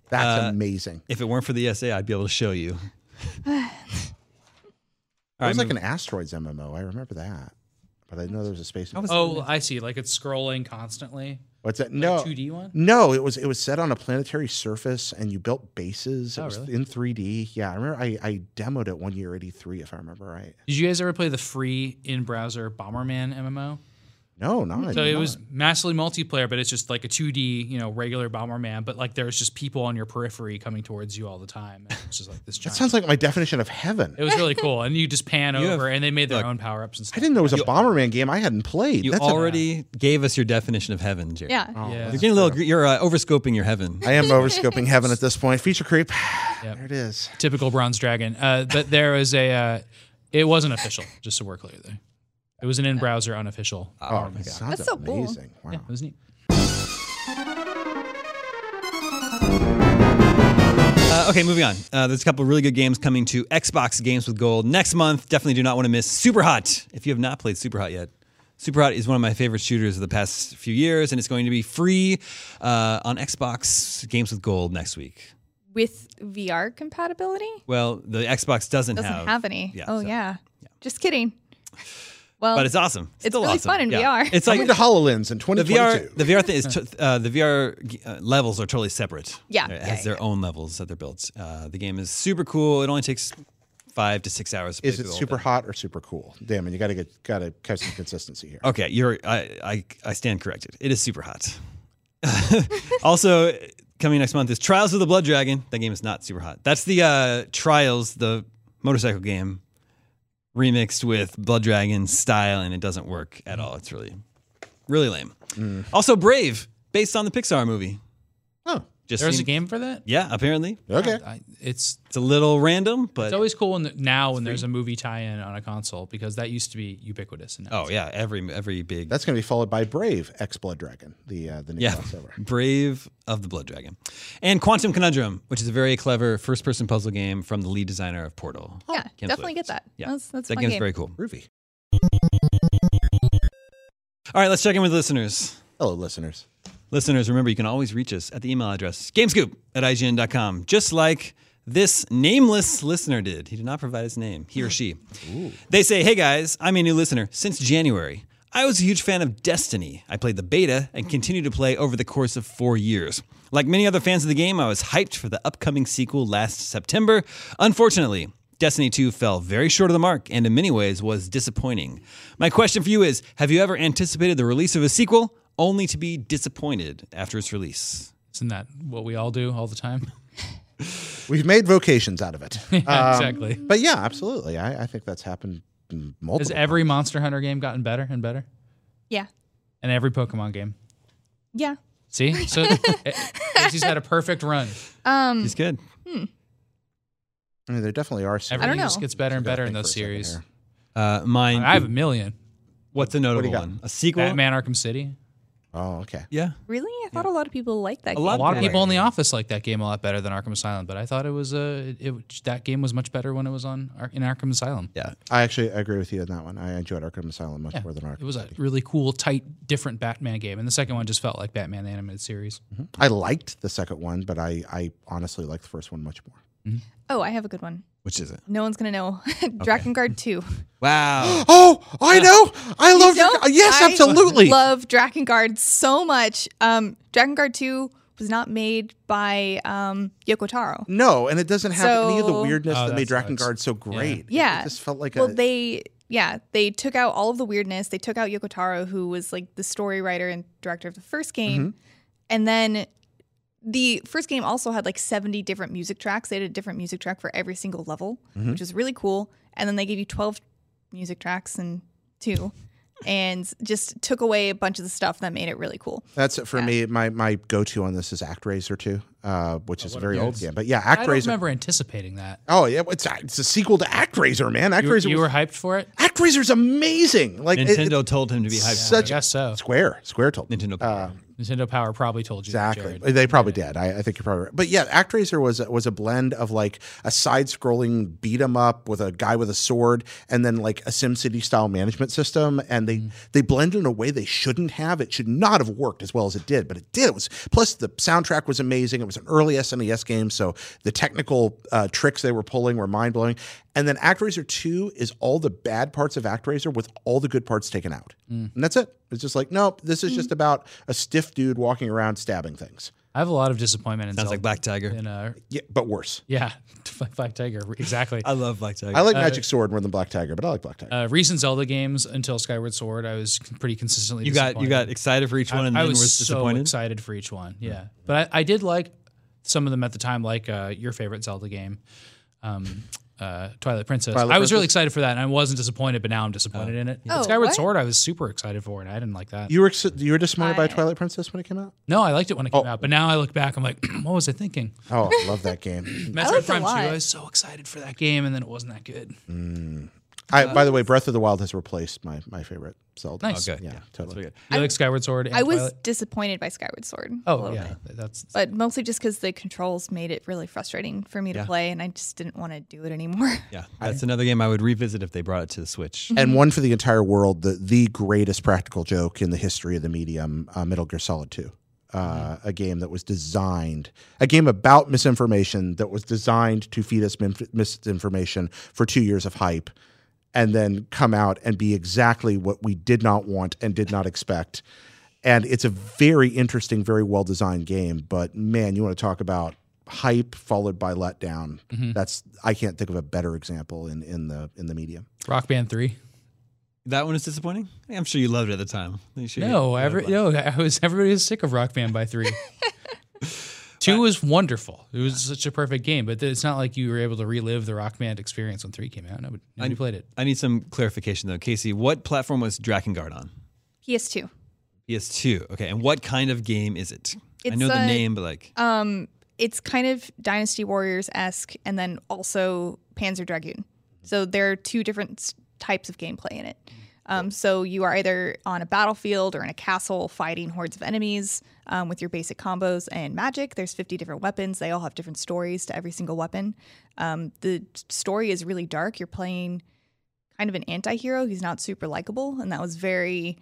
D: That's
E: uh,
D: amazing.
C: If it weren't for the ESA, I'd be able to show you.
D: It was like an asteroids MMO. I remember that. But I didn't know there was a space. Invaders.
E: Oh, I see. Like it's scrolling constantly.
D: What's that? No,
E: 2D one?
D: No, it was it was set on a planetary surface, and you built bases. It was
E: really?
D: in 3D. Yeah, I remember. I, I demoed it one year at E3, if I remember right.
E: Did you guys ever play the free in-browser Bomberman MMO?
D: No, not
E: So it was massively multiplayer, but it's just like a 2D, you know, regular Bomberman. But like there's just people on your periphery coming towards you all the time. And it's just like this
D: That
E: giant.
D: sounds like my definition of heaven.
E: it was really cool, and you just pan
C: You have-
E: over, and they made their
C: look,
E: own power ups and stuff.
D: I didn't know it was a Bomberman game. I hadn't played.
C: You
D: That's a-
C: already gave us your definition of heaven, Jared.
F: Yeah.
E: Yeah.
C: You're getting a little. gr- You're uh, overscoping your heaven.
D: I am overscoping heaven at this point. Feature creep. There it is.
E: typical Bronze Dragon. Uh, but there was a. Uh, it wasn't official, just so we're clear there. It was an in-browser unofficial.
D: Oh, my god, that's,
F: That's so cool.
D: amazing. Wow.
E: Yeah, it e- was neat.
C: Uh, okay, moving on. Uh, there's a couple really good games coming to Xbox Games with Gold next month. Definitely do not want to miss Super Hot. If you have not played Super Hot yet, Super Hot is one of my favorite shooters of the past few years, and it's going to be free uh, on Xbox Games with Gold next week.
F: With VR compatibility?
C: Well, the Xbox doesn't,
F: Doesn't have, any.
C: so-
F: oh yeah. Just kidding. Well,
C: But it's awesome. It's,
F: It's
C: still
F: really
C: awesome.
F: fun in VR.
C: It's
D: Coming to
C: like
D: Hololens in
C: the
D: 2022.
C: VR. The VR thing is t- uh, the VR uh, levels are totally separate.
F: Yeah,
C: it
F: yeah,
C: has their own levels that they're built. Uh, the game is super cool. It only takes five to six hours. To play
D: is
C: through
D: it
C: the whole
D: super
C: thing.
D: hot or super cool? Damn it, you gotta get gotta have some consistency here.
C: Okay, you're. I, I I stand corrected. It is super hot. also coming next month is Trials of the Blood Dragon. That game is not super hot. That's the uh, Trials, the motorcycle game, remixed with Blood Dragon style, and it doesn't work
D: Mm.
C: at all. It's really, really lame. Also, Brave, based on the Pixar movie.
D: Oh,
C: Just
E: There was a
C: seemed-
E: game for that.
C: Yeah, apparently
D: okay.
E: I, it's
C: it's a little random, but
E: it's always cool when the, now when there's a movie tie-in on a console because that used to be ubiquitous. And now
C: oh yeah, every every big
D: That's gonna be followed by Brave X Blood Dragon. The uh, the new
C: Yeah.
D: crossover.
C: Brave of the Blood Dragon. And Quantum Conundrum, which is a very clever first person puzzle game from the lead designer of Portal.
F: yeah,
C: Kim
F: definitely
C: Phillips.
F: get that.
C: Yeah.
F: That's that's a
C: that
F: fun
C: game's
F: game.
C: very cool.
D: Groovy.
C: All right, let's check in with listeners.
D: Hello, listeners.
C: Listeners, remember you can always reach us at the email address gamescoop at IGN.com, just like This nameless listener did. He did not provide his name, he or she. They say, Hey guys, I'm a new listener since January. I was a huge fan of Destiny. I played the beta and continued to play over the course of four years. Like many other fans of the game, I was hyped for the upcoming sequel last September. Unfortunately, Destiny 2 fell very short of the mark and in many ways was disappointing. My question for you is Have you ever anticipated the release of a sequel only to be disappointed after its release?
E: Isn't that what we all do all the time?
D: We've made vocations out of it.
E: Yeah, exactly.
D: But yeah, absolutely. I, I think that's happened m-
E: Has
D: multiple.
E: every Monster Hunter game gotten better and better?
F: Yeah.
E: And every Pokemon game.
F: Yeah.
E: See? So he's had a perfect run.
C: He's good.
D: I mean, there definitely are. Some,
E: Everything
F: know.
E: just gets better and better in
D: think
E: those
D: for a second
E: series.
D: here.
C: Uh, mine.
E: I have a million.
C: what's a notable
D: got?
C: one? A sequel?
E: Batman Arkham City.
D: oh, okay.
C: Yeah.
F: Really? I thought a lot of people liked that.
C: A lot
E: A
F: game.
E: lot of
C: Yeah.
E: people in the office like that game a lot better than Arkham Asylum, but I thought it was uh, it, it- that game was much better when it was on Ar- in Arkham Asylum.
C: Yeah.
D: I actually agree with you on that one. I enjoyed Arkham Asylum much more than Arkham.
E: It was a really cool, tight, different Batman game, and the second one just felt like Batman the animated series.
D: Mm-hmm. I liked the second one, but I, I honestly liked the first one much more.
F: Oh, I have a good one.
C: Which is it?
F: No one's gonna know. Dragon Guard Two.
C: Wow.
D: Oh, I know. I love.
F: don't?
D: Dra- yes,
F: I
D: absolutely.
F: Love Dragon Guard so much. Um, Dragon Guard Two was not made by um, Yoko Taro.
D: no, and it doesn't have any of the
F: So-
D: weirdness
E: Oh,
D: that made
E: that
D: Dragon
E: sucks.
D: Guard so great. It-
F: Yeah.
D: it just felt like
F: Well,
D: a.
F: they yeah they took out all of the weirdness. They took out Yoko Taro, who was like the story writer and director of the first game,
E: Mm-hmm.
F: and then the first game also had like seventy different music tracks. They had a different music track for every single level,
E: Mm-hmm.
F: which was really cool. And then they gave you twelve music tracks and two. And just took away a bunch of the stuff that made it really cool.
D: that's it for me. My my go to on this is ActRaiser two, uh,
E: Oh,
D: which is a very old game. But yeah,
E: I don't
D: ActRaiser.
E: remember anticipating that.
D: Oh yeah, it's it's a sequel to ActRaiser, man.
E: You,
D: ActRaiser.
E: you
D: was-
E: were hyped for it?
D: ActRaiser's amazing. Like it-
C: Nintendo told him to be hyped.
E: I
D: such
E: guess so.
D: Square, Square told me.
C: Nintendo. Power.
E: Nintendo Power probably told you that,
D: Exactly.
E: Jared.
D: They probably did. I, I think you're probably right. But yeah, ActRaiser was was a blend of like a side-scrolling beat 'em up with a guy with a sword, and then like a SimCity style management system. And they they blend in a way they shouldn't have. It should not have worked as well as it did, but it did. It was plus the soundtrack was amazing. It was an early SNES game, so the technical uh, tricks they were pulling were mind blowing. And then ActRaiser Two is all the bad parts of ActRaiser with all the good parts taken out, and that's it. It's just like nope. This is just about a stiff dude walking around stabbing things.
E: I have a lot of disappointment in
C: Sounds like
E: Zelda-
C: Black Tiger.
E: in, uh,
D: Yeah, but worse.
E: yeah, Black Tiger. Exactly.
C: I love Black Tiger.
D: I like Magic Sword more than Black Tiger, but I like Black Tiger.
E: uh, recent Zelda games until Skyward Sword, I was pretty consistently.
C: you got you
E: disappointed.
C: got excited for each one and
E: I
C: then
E: was,
C: was
E: so
C: disappointed.
E: excited for each one. Yeah, but I, I did like some of them at the time, like uh, your favorite Zelda game, um, uh, Twilight Princess.
D: Twilight
E: I was really
D: Princess?
E: excited for that, and I wasn't disappointed, but now I'm disappointed in it.
F: Oh,
E: Skyward
F: what?
E: Sword, I was super excited for, and I didn't like that.
D: you were ex- you were disappointed by
F: I-
D: Twilight Princess when it came out?
E: no, I liked it when it came
C: Oh.
E: out, but now I look back, I'm like, what was I thinking?
D: Oh, I love that game.
E: Metroid
F: liked a
E: Prime Two,
F: lot.
E: I was so excited for that game, and then it wasn't that good.
D: I, by the way, Breath of the Wild has replaced my my favorite Zelda.
E: Nice.
C: Okay.
D: Yeah, totally.
E: You like Skyward Sword? And
F: I was
E: Twilight?
F: disappointed by Skyward Sword. a
E: Oh
F: little
E: yeah,
F: bit.
E: that's
F: But mostly just because the controls made it really frustrating for me to play, and I just didn't want to do it anymore.
C: Yeah, that's another game I would revisit if they brought it to the
E: Hmm.
C: Switch.
D: And one for the entire world, the the greatest practical joke in the history of the medium, uh, Metal Gear Solid Two. Uh, A game that was designed, a game about misinformation that was designed to feed us min- misinformation for two years of hype, and then come out and be exactly what we did not want and did not expect. And it's a very interesting, very well designed game. But man, you want to talk about hype followed by letdown? That's I can't think of a better example in in the in the medium.
E: Rock Band Three.
C: That one is disappointing. I'm sure you loved it at the time. You sure you-
E: No,
C: you
E: every,
C: loved it.
E: no, I was everybody was sick of Rock Band by three. Two was wonderful. It was such a perfect game, but it's not like you were able to relive the Rock Band experience when three came out. Nobody, nobody played it.
C: I need some clarification though, Casey. What platform was Drakengard on?
F: PS2.
C: PS2. Okay, and what kind of game is it? I
F: It's,
C: know the
F: uh,
C: name, but like,
F: It's kind of Dynasty Warriors esque, and then also Panzer Dragoon. So there are two different s- types of gameplay in it. Um, so you are either on a battlefield or in a castle fighting hordes of enemies um, with your basic combos and magic. There's 50 different weapons. They all have different stories to every single weapon. Um, the story is really dark. You're playing kind of an anti-hero he's not super likable and that was very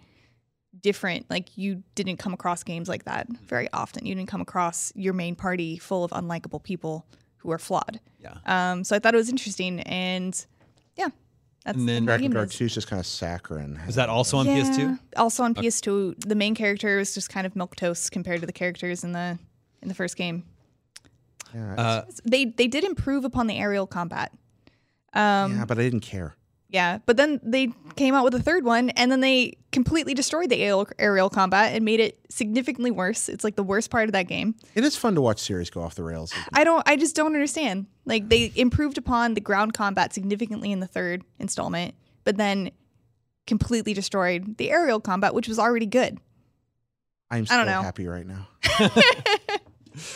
F: different like you didn't
C: Mm-hmm.
F: come across games like that very often you didn't come across your main party full of unlikable people who are flawed.
C: Yeah.
F: Um, so I thought it was interesting, and yeah, that's
C: And then-
F: the
D: Dragon
F: game
D: Guard
F: is.
D: 2 is just kind of saccharine.
C: Is that also on
F: Yeah.
C: PS2?
F: Also on PS2, the main character was just kind of milk toast compared to the characters in the in the first game.
D: Yeah,
C: Uh,
F: They they did improve upon the aerial combat. Um,
D: it's- yeah, but I didn't care.
F: Yeah, but then they came out with a third one, and then they completely destroyed the aerial, aerial combat and made it significantly worse. It's like the worst part of that game.
D: It is fun to watch series go off the rails.
F: I don't, I just don't understand. Like they improved upon the ground combat significantly in the third installment, but then completely destroyed the aerial combat, which was already good.
D: I'm
F: I
D: still
F: don't know.
D: happy right now.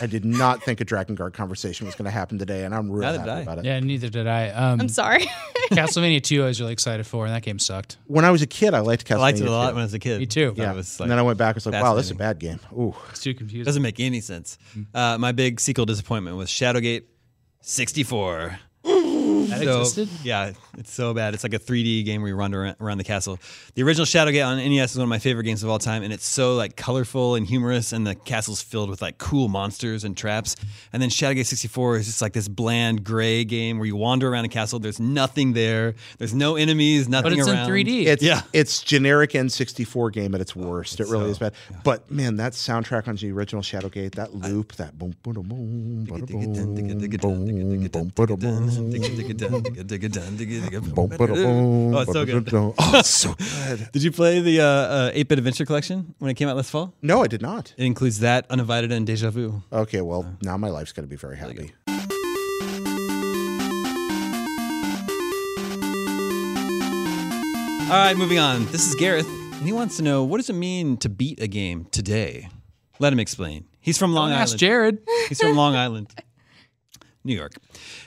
D: I did not think a Dragon Guard conversation was going to happen today, and I'm real
C: Neither
D: happy
C: did I.
D: about it.
E: Yeah, neither did I. Um,
F: I'm sorry.
E: Castlevania 2, I was really excited for, and that game sucked.
D: When I was a kid, I liked Castlevania.
C: I liked it a lot
D: too.
C: when I was a kid.
E: Me too.
C: Yeah.
E: Yeah.
C: I was
D: and then I
C: like,
D: went back. I was like, wow, this is a bad game. Ooh,
E: It's too confusing.
C: doesn't make any sense.
E: Hmm.
C: Uh, my big sequel disappointment was Shadowgate 64.
E: that
C: so-
E: existed?
C: Yeah, it's so bad. It's like a 3D game where you run around, around the castle. The original Shadowgate on NES is one of my favorite games of all time, and it's so like colorful and humorous, and the castle's filled with like cool monsters and traps. And then Shadowgate 64 is just like this bland gray game where you wander around a castle. There's nothing there. There's no enemies. Nothing.
E: But it's in
C: around.
E: 3D.
D: it's
C: Yeah.
D: it's generic N64 game at its worst. it really is bad. But man, that soundtrack on the original Shadowgate, that loop, that boom, boom, boom, boom, boom, boom, boom, boom, boom,
C: Oh, it's so good.
D: Oh, it's so good.
C: Did you play the uh, uh, 8-Bit Adventure Collection when it came out last fall?
D: No, I did not.
C: It includes that, Uninvited, and Deja Vu.
D: Okay, well, now my life's going to be very happy.
C: All right, moving on. This is Gareth, and he wants to know, what does it mean to beat a game today? Let him explain. He's from Long
E: Ask
C: Island.
E: Jared.
C: He's from Long Island, New York.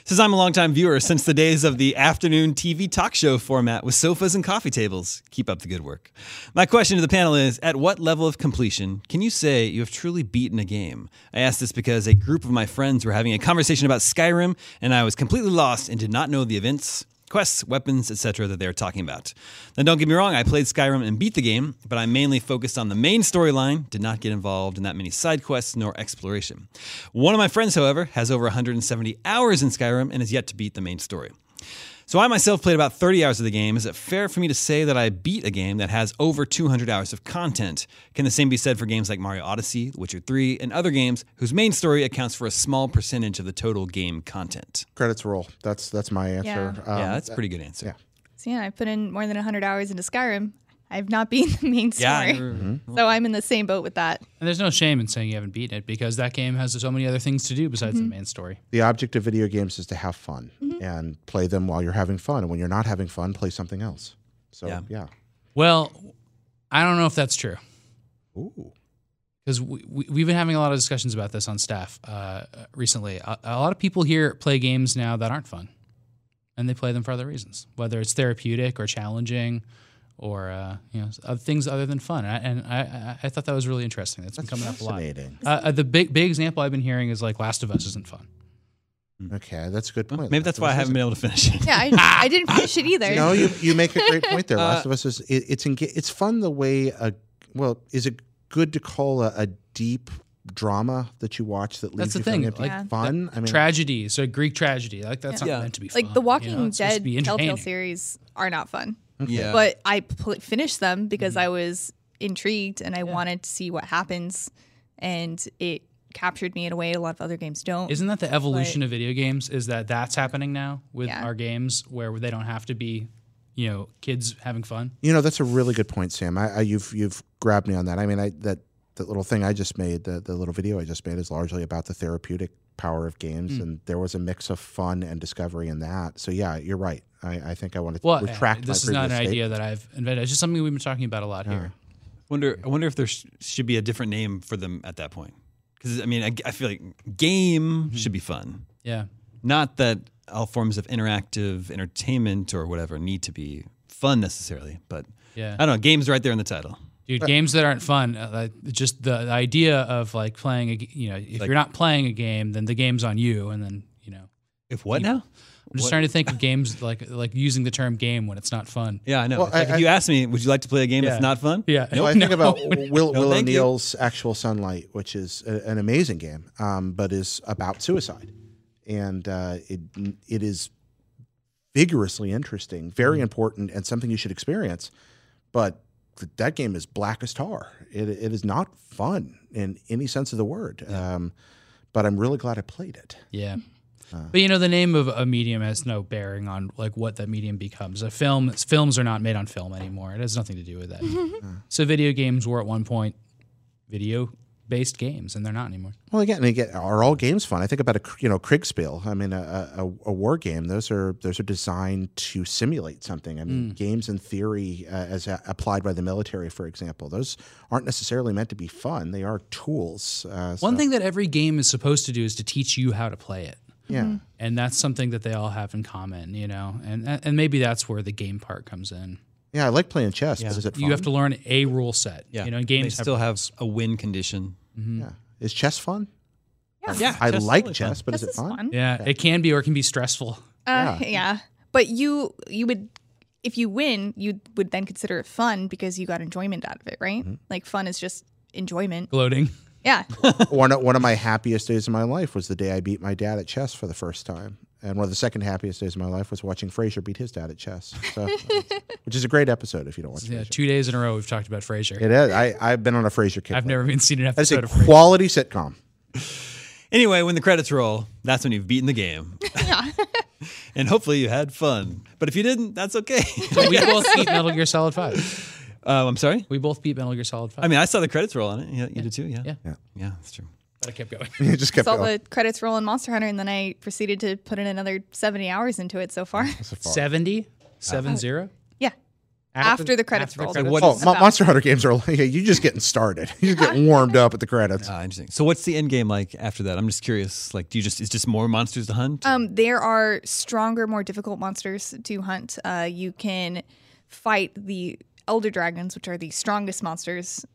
C: Says I'm a longtime viewer since the days of the afternoon TV talk show format with sofas and coffee tables. Keep up the good work. My question to the panel is At what level of completion can you say you have truly beaten a game? I asked this because a group of my friends were having a conversation about Skyrim, and I was completely lost and did not know the events quests, weapons, etc. that they're talking about. Now, don't get me wrong, I played Skyrim and beat the game, but I mainly focused on the main storyline, did not get involved in that many side quests nor exploration. One of my friends, however, has over 170 hours in Skyrim and has yet to beat the main story. So I myself played about 30 hours of the game. Is it fair for me to say that I beat a game that has over 200 hours of content? Can the same be said for games like Mario Odyssey, Witcher 3, and other games whose main story accounts for a small percentage of the total game content?
D: Credits roll. That's that's my answer. Um,
C: yeah, that's a pretty good answer.
D: yeah.
F: so yeah, I put in more than 100 hours into Skyrim. I've not been the main story.
C: I never-
F: So I'm in the same boat with that.
E: And there's no shame in saying you haven't beaten it because that game has so many other things to do besides the main story.
D: the object of video games is to have fun and play them while you're having fun. And when you're not having fun, play something else. So
C: Yeah.
D: yeah.
E: Well, I don't know if that's true.
D: Ooh.
E: because we, we, we've been having a lot of discussions about this on staff uh, recently. A, a lot of people here play games now that aren't fun, and they play them for other reasons, whether it's therapeutic or challenging, or uh, you know other things other than fun. And I, and I, I, I thought that was really interesting. That's been coming up a lot.
D: Fascinating.
E: Uh, uh, the big big example I've been hearing is like Last of Us isn't fun.
D: Okay, that's a good point.
C: Maybe that's
D: Last of
C: why I
D: Us
C: haven't been able to finish it.
F: Yeah, I, I didn't finish it either.
D: is- No, you, you make a great point
E: Uh,
D: there. Last of Us is it, it's enga- it's fun the way a well is it good to call a, a deep drama that you watch that leaves
E: That's the
D: you
E: thing,
D: feeling
E: like,
D: empty fun? I mean,
E: Tragedy, so Greek tragedy, like that's not
C: Yeah.
E: meant to be fun.
F: like the Walking
E: you know? It's supposed to
F: Dead
E: be
F: Telltale
E: entertaining.
F: series are not fun.
C: Yeah.
F: but I pl- finished them because I was intrigued and I wanted to see what happens, and it captured me in a way a lot of other games don't.
E: Isn't that the evolution of video games? Is that that's happening now with
F: Yeah.
E: our games where they don't have to be, you know, kids having fun?
D: You know, that's a really good point, Sam. I, I you've you've grabbed me on that. I mean, I that that little thing I just made, the the little video I just made, is largely about the therapeutic power of games,
E: Hmm.
D: and there was a mix of fun and discovery in that. So yeah, you're right. I, I think I want to
E: Well, eh,
D: retract
E: this is
D: my
E: not
D: previous
E: an
D: statement.
E: idea that I've invented. It's just something we've been talking about a lot here.
C: Wonder. I wonder if there sh- should be a different name for them at that point. Because I mean, I, I feel like game should be fun.
E: Yeah.
C: Not that all forms of interactive entertainment or whatever need to be fun necessarily, but
D: Uh,
E: Yeah.
C: I don't know. Games right there in the title.
E: Dude, games that aren't fun, uh, like, just the idea of like playing a, g- you know, if you're not playing a game, then the game's on you. And then, you know, I'm
C: If what now?
E: just
C: What-
E: trying to think of games like, like using the term game when it's not fun.
C: Yeah, I know.
D: Well,
C: It's like
D: I-
C: if
D: I-
C: you ask me, would you like to play a game
E: Yeah.
C: that's not fun?
E: Yeah.
D: Well, I think about Will, Will
C: thank you.
D: O'Neill's Actual Sunlight, which is a, an amazing game, um, but is about suicide. and uh, it it is vigorously interesting,
C: Mm-hmm.
D: very important, and something you should experience. But th- that game is black as tar. It it is not fun in any sense of the word. Um, but I'm really glad I played it.
E: Yeah. But you know the name of a medium has no bearing on like what that medium becomes. A film, films are not made on film anymore. It has nothing to do with that. so video games were at one point video-based games, and they're not anymore.
D: Well, again, and again, are all games fun? I think about a cr- you know Kriegspiel. I mean, a, a, a war game. Those are those are designed to simulate something. I mean, games in theory, uh, as a- applied by the military, for example, those aren't necessarily meant to be fun. They are tools. Uh, so-
E: One thing that every game is supposed to do is to teach you how to play it.
D: yeah.
E: and that's something that they all have in common, you know. And and maybe that's where the game part comes in.
D: Yeah, I like playing chess because is it fun?
E: You have to learn a rule set.
C: Yeah.
E: You know, and games
C: they
E: have-
C: still have a win condition.
D: yeah. Is chess fun?
C: Yeah,
D: I
C: chess is
D: like
C: really fun.
D: chess, but
F: This
D: is it
F: is
D: fun?
F: fun.
E: yeah, it can be or it can be stressful.
F: Uh, yeah. But you you would if you win, you would then consider it fun because you got enjoyment out of it, right? Like fun is just enjoyment.
E: Gloating.
F: Yeah.
D: one of, one of my happiest days of my life was the day I beat my dad at chess for the first time, and one of the second happiest days of my life was watching Frasier beat his dad at chess, so, which is a great episode if you don't watch.
E: Yeah,
D: Frasier.
E: two days in a row we've talked about Frasier.
D: It is. I I've been on a Frasier kick.
E: I've
D: lately.
E: never even seen an
D: That's a
E: episode of Frasier.
D: quality sitcom.
C: Anyway, when the credits roll, that's when you've beaten the game. and hopefully you had fun. But if you didn't, that's okay.
E: we both beat Metal Gear Solid Five.
C: uh, I'm sorry.
E: We both beat Metal Gear Solid Five.
C: I mean, I saw the credits roll on it. Yeah, you did too. Yeah.
E: Yeah.
C: yeah, that's true.
E: but I kept going.
D: It just kept
F: Saw
D: going.
F: the credits roll in Monster Hunter and then I proceeded to put in another 70 hours into it so far.
E: Seventy, seven zero.
F: yeah. After, the credits roll.
E: credits
C: What
D: Oh,
C: is-
D: Mo- Monster Hunter games are like, yeah, you're just getting started. You're just getting warmed up at the credits.
C: Ah, interesting. So, what's the end game like after that? I'm just curious. Like, do you just is just more monsters to hunt?
F: Um, there are stronger, more difficult monsters to hunt. Uh, you can fight the elder dragons, which are the strongest monsters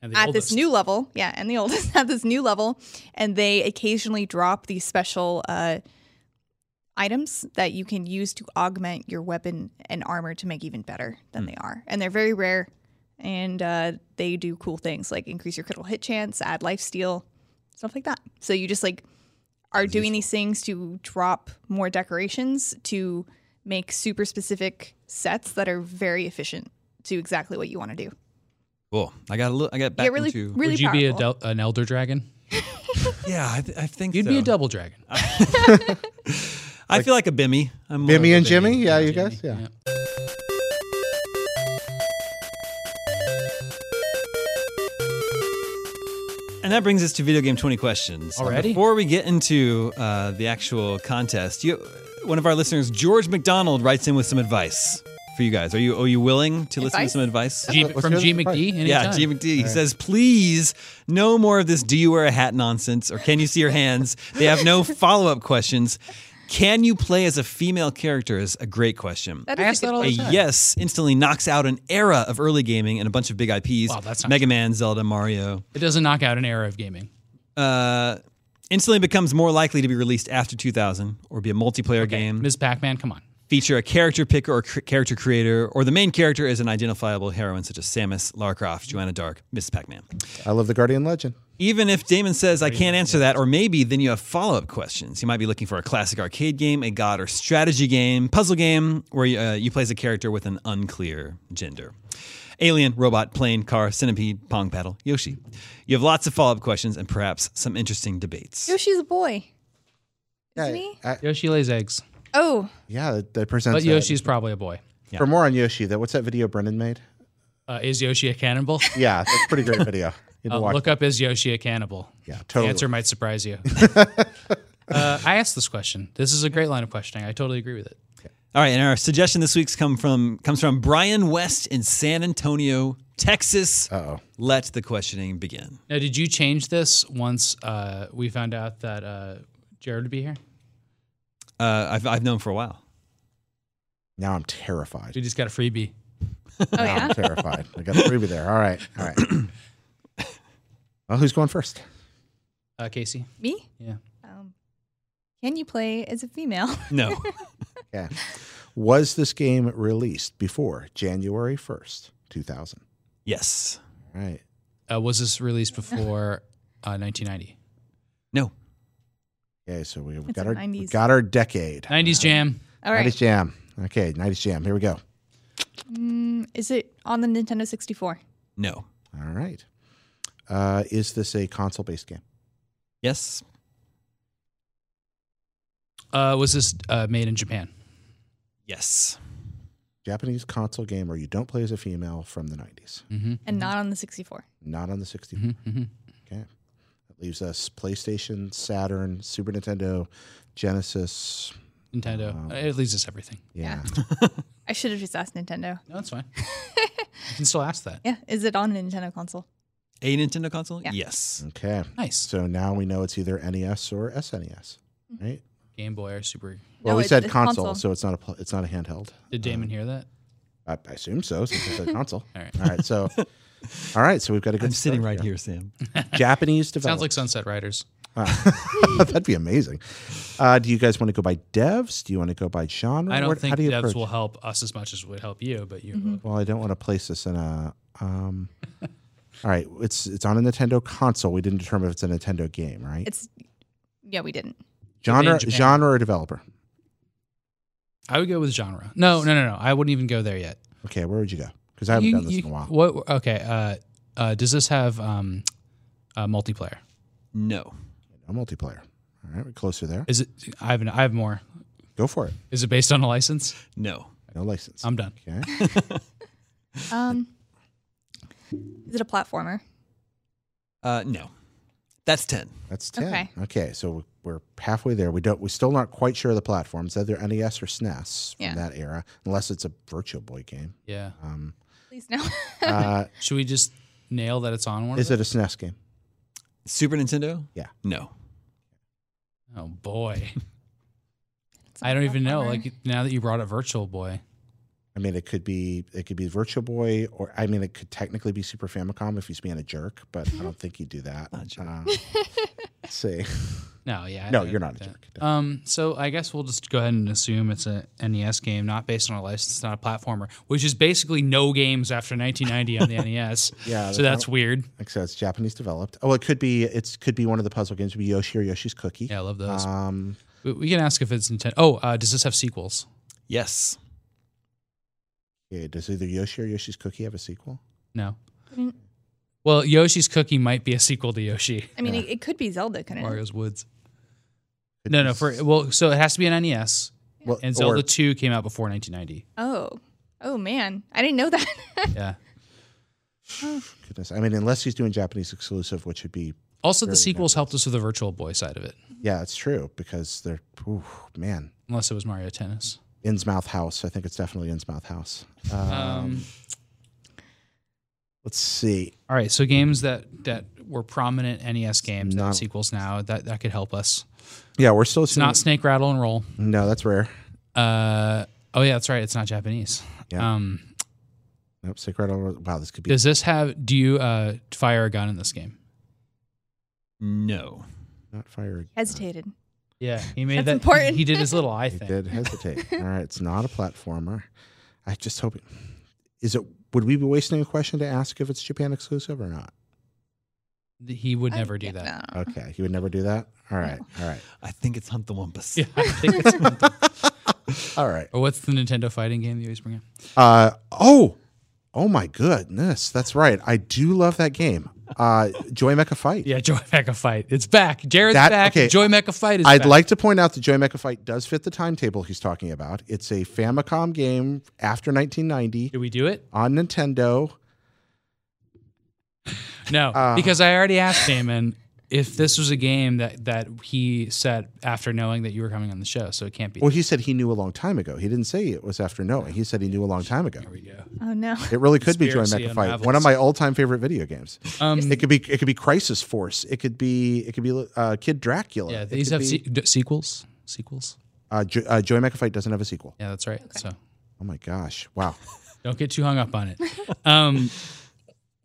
E: And the
F: at
E: oldest.
F: this new level. Yeah, and the oldest at this new level, and they occasionally drop these special uh, items that you can use to augment your weapon and armor to make even better than
E: Hmm.
F: they are. And they're very rare, and uh, they do cool things like increase your critical hit chance, add life steal, stuff like that. So you just like are doing these things to drop more decorations to make super specific sets that are very efficient to exactly what you want to do.
C: cool. I got a little. I got back
F: Get really,
C: into.
F: really
E: Would you
F: powerful.
E: be a del- an elder dragon?
C: yeah, I, th- I think
E: You'd
C: so.
E: be a double dragon.
C: I feel like a Bimmy. I'm more
D: Bimmy
C: of a
D: and Jimmy, yeah, you guys, yeah.
C: And that brings us to video game 20 questions. And
E: Already?
C: Before we get into uh, the actual contest, you, one of our listeners, George McDonald, writes in with some advice for you guys. Are you are you willing to listen to
F: Advice?
C: some advice?
E: G-
D: Let's
E: from
D: hear
E: G
D: the price.
E: McD.
C: yeah,
E: anytime.
C: G McD. He says, please, no more of this do you wear a hat nonsense or can you see your hands? They have no follow up questions. Can you play as a female character is a great question.
F: That
E: I
F: is
E: asked
F: a
E: that
F: good
E: all
C: A
E: the time.
C: yes instantly knocks out an era of early gaming and a bunch of big IPs.
E: Wow, that's not-
C: Mega Man, Zelda, Mario.
E: It doesn't knock out an era of gaming.
C: uh, instantly becomes more likely to be released after 2000 or be a multiplayer game,
E: Ms. Pac-Man, come on.
C: feature a character picker or cr- character creator, or the main character is an identifiable heroine such as Samus, Lara Croft, Joanna Dark, Mrs. Pac Man.
D: I love the Guardian Legend.
C: Even if Damon says, I can't answer that, or maybe, then you have follow up questions. You might be looking for a classic arcade game, a god or strategy game, puzzle game, where uh, you play as a character with an unclear gender. Alien, robot, plane, car, centipede, pong paddle, Yoshi. You have lots of follow up questions and perhaps some interesting debates.
F: Yoshi's a boy. Isn't
D: yeah,
F: he?
D: I-
E: Yoshi lays eggs,
F: Oh,
D: yeah, that, that presents.
E: but
D: that.
E: Yoshi's probably a boy.
C: Yeah.
D: For more on Yoshi, that what's that video Brendan made?
E: Uh, is Yoshi a cannibal?
D: Yeah, that's a pretty great video. You need to
E: Uh,
D: watch
E: look
D: it.
E: up is Yoshi a cannibal.
D: Yeah,
E: The
D: totally.
E: answer might surprise you. uh, I asked this question. This is a great line of questioning. I totally agree with it.
C: All right, and our suggestion this week's come from comes from Brian West in San Antonio, Texas.
D: Uh-oh.
C: Let the questioning begin.
E: Now, did you change this once uh, we found out that uh, Jared would be here?
C: Uh, I've I've known for a while.
D: Now I'm terrified.
E: We just got a freebie.
F: oh
D: Now
F: yeah.
D: I'm terrified. I got the preview there. All right, all right. well, who's going first?
E: Uh, Casey,
F: Me?
E: yeah.
F: Um, can you play as a female?
C: No,
D: Yeah. Was this game released before January 1st, 2000?
C: yes,
D: All right.
E: Uh, was this released before uh, 1990?
C: no.
D: Okay, so we, we
F: It's
D: got
F: a
D: our we
F: 90s.
D: got our decade.
E: 90s jam.
F: All
D: 90s
F: right.
D: jam. Okay, 90s jam. Here we go.
F: Mm, Is it on the Nintendo 64?
G: No.
D: All right. Uh, is this a console-based game?
G: Yes.
E: Uh, was this uh, made in Japan?
G: Yes.
D: Japanese console game where you don't play as a female from the 90s.
E: Mm-hmm.
F: And not on the 64.
D: Not on the 64.
F: Mm-hmm.
D: Okay. That leaves us PlayStation, Saturn, Super Nintendo, Genesis.
E: Nintendo. Uh, It leads us everything.
D: Yeah.
F: I should have just asked Nintendo.
E: No, that's fine. you can still ask that.
F: Yeah, is it on a Nintendo console?
G: A Nintendo console?
F: Yeah.
G: Yes.
D: Okay.
E: Nice.
D: So now we know it's either NES or SNES, right?
E: Game Boy or Super.
D: Well, we
F: Mm-hmm. it's-
D: said
F: it's
D: console,
F: console.
D: so it's not a pl- it's not a handheld.
E: Did Damon hear that?
D: I, I assume so, since I said console.
E: All right.
D: All right. So, all right. So we've got a good.
G: I'm sitting
D: start
G: right here, Sam.
D: Japanese
E: Sounds like
D: developed.
E: Sunset Riders.
D: That'd be amazing. Uh, do you guys want to go by devs? Do you want to go by genre?
E: I don't
D: What-
E: think
D: how do you
E: devs
D: approach?
E: will help us as much as it would help you, but you.
F: Mm-hmm.
D: Well, I don't want to place this in a. Um, all right, it's it's on a Nintendo console. We didn't determine if it's a Nintendo game, right?
F: It's yeah, we didn't.
D: genre,
E: in Japan.
D: genre or developer.
E: I would go with genre. No, no, no, no. I wouldn't even go there yet.
D: Okay, where would you go? Because I haven't
E: You-
D: done this
E: you-
D: in a while.
E: What? Okay. Uh, uh, does this have um, uh, multiplayer?
G: No.
D: A multiplayer. All right, we're closer there.
E: Is it? I have. An, I have more.
D: Go for it.
E: Is it based on a license?
G: No.
D: No license.
E: I'm done.
D: okay.
F: Um, is it a platformer?
G: Uh, no. That's 10.
D: That's ten. Okay.
F: Okay.
D: so we're halfway there. We don't. We're still not quite sure of the platform. It's either NES or SNES from
F: Yeah.
D: that era, unless it's a Virtual Boy game.
E: Yeah.
D: Um,
F: Please no.
D: uh,
E: Should we just nail that it's on one?
D: is
E: of
D: it a SNES game?
G: Super Nintendo?
D: Yeah.
G: No.
E: them? Oh boy.
F: It's not
E: I
F: a
E: don't even know.
F: platformer.
E: Like now that you brought up Virtual Boy,
D: I mean, it could be it could be Virtual Boy, or I mean, it could technically be Super Famicom if he's being a jerk, but I don't think he'd do that.
G: Not a jerk.
D: Uh, let's see,
E: no, yeah. I
D: no,
E: don't
D: you're not a
E: think
D: jerk.
E: that. Um, so I guess we'll just go ahead and assume it's a NES game, not based on a license, not a platformer, which is basically no games after 1990 on the NES.
D: Yeah,
E: So that's weird.
D: Like I said, it's Japanese developed. Oh, it could be it's could be one of the puzzle games. Would be Yoshi or Yoshi's Cookie.
E: Yeah, I love those.
D: Um,
E: we, we can ask if it's Nintendo. Oh, uh, does this have sequels?
G: Yes.
D: yeah, does either Yoshi or Yoshi's Cookie have a sequel?
E: No.
F: Couldn't-
E: Well, Yoshi's Cookie might be a sequel to Yoshi.
F: I mean, it, it could be Zelda, couldn't it?
E: Mario's Woods.
D: Could
E: No,
D: be
E: no.
D: s-
E: For well, so it has to be an NES,
D: well,
E: and
D: or-
E: Zelda Two came out before 1990.
F: Oh, oh man, I didn't know that.
E: Yeah.
D: goodness, I mean, unless he's doing Japanese exclusive, which would be
E: Also,
D: Very
E: the sequels helped us with the Virtual Boy side of it,
D: yeah, it's true because they're ooh, man.
E: unless it was Mario Tennis.
D: Innsmouth House. I think it's definitely Innsmouth House. Um,
E: Um,
D: let's see.
E: all right, so games that that were prominent NES games that
D: Not-
E: have sequels now that that could help us.
D: Yeah, we're still
E: It's not Snake Rattle and Roll.
D: No, that's rare.
E: Uh, oh yeah, that's right. It's not Japanese.
D: Yeah.
E: Um,
D: Nope, Sacred Honor- Wow, this could be.
E: does this have? Do you uh, fire a gun in this game?
G: No.
D: not fire.
F: Hesitated.
E: Yeah, he made
F: That's
E: that.
F: important.
E: He did his little eye
D: He
E: thing.
D: did hesitate. All right, it's not a platformer. I just hope. It, is it? Would we be wasting a question to ask if it's Japan exclusive or not?
E: He would never do
F: Yeah,
E: that.
F: no.
D: Okay, you would never do that. All right, all right,
G: I think it's Hunt the Wumpus.
E: Yeah, I think it's-
D: all right.
E: or what's the Nintendo fighting game that you always bring up?
D: Uh oh, oh my goodness, that's right. I do love that game. Uh, Joy Mecha Fight.
E: Yeah, Joy Mecha Fight. It's back. Jared's
D: That-
E: back.
D: okay.
E: Joy Mecha Fight is
D: I'd
E: back.
D: like to point out that Joy Mecha Fight does fit the timetable he's talking about. It's a Famicom game after 1990
E: Did we do it?
D: on Nintendo.
E: No,
D: Uh.
E: because I already asked Damon if this was a game that that he said after knowing that you were coming on the show, so it can't be.
D: Well, he said he knew a long time ago. He didn't say it was after knowing. He said he knew a long time ago.
F: Oh no.
D: It really could be Joy
E: Conspiracy
D: Mecha Fight,
E: unravels.
D: one of my all-time favorite video games.
E: Um,
D: It could be it could be Crisis Force. It could be it could be uh, Kid Dracula.
E: yeah,
D: It
E: these
D: could
E: have
D: be-
E: se- d- sequels. Sequels.
D: uh, jo- uh, Joy Mecha Fight doesn't have a sequel.
E: Yeah, that's right. So
D: Oh my gosh! Wow.
E: don't get too hung up on it. Um,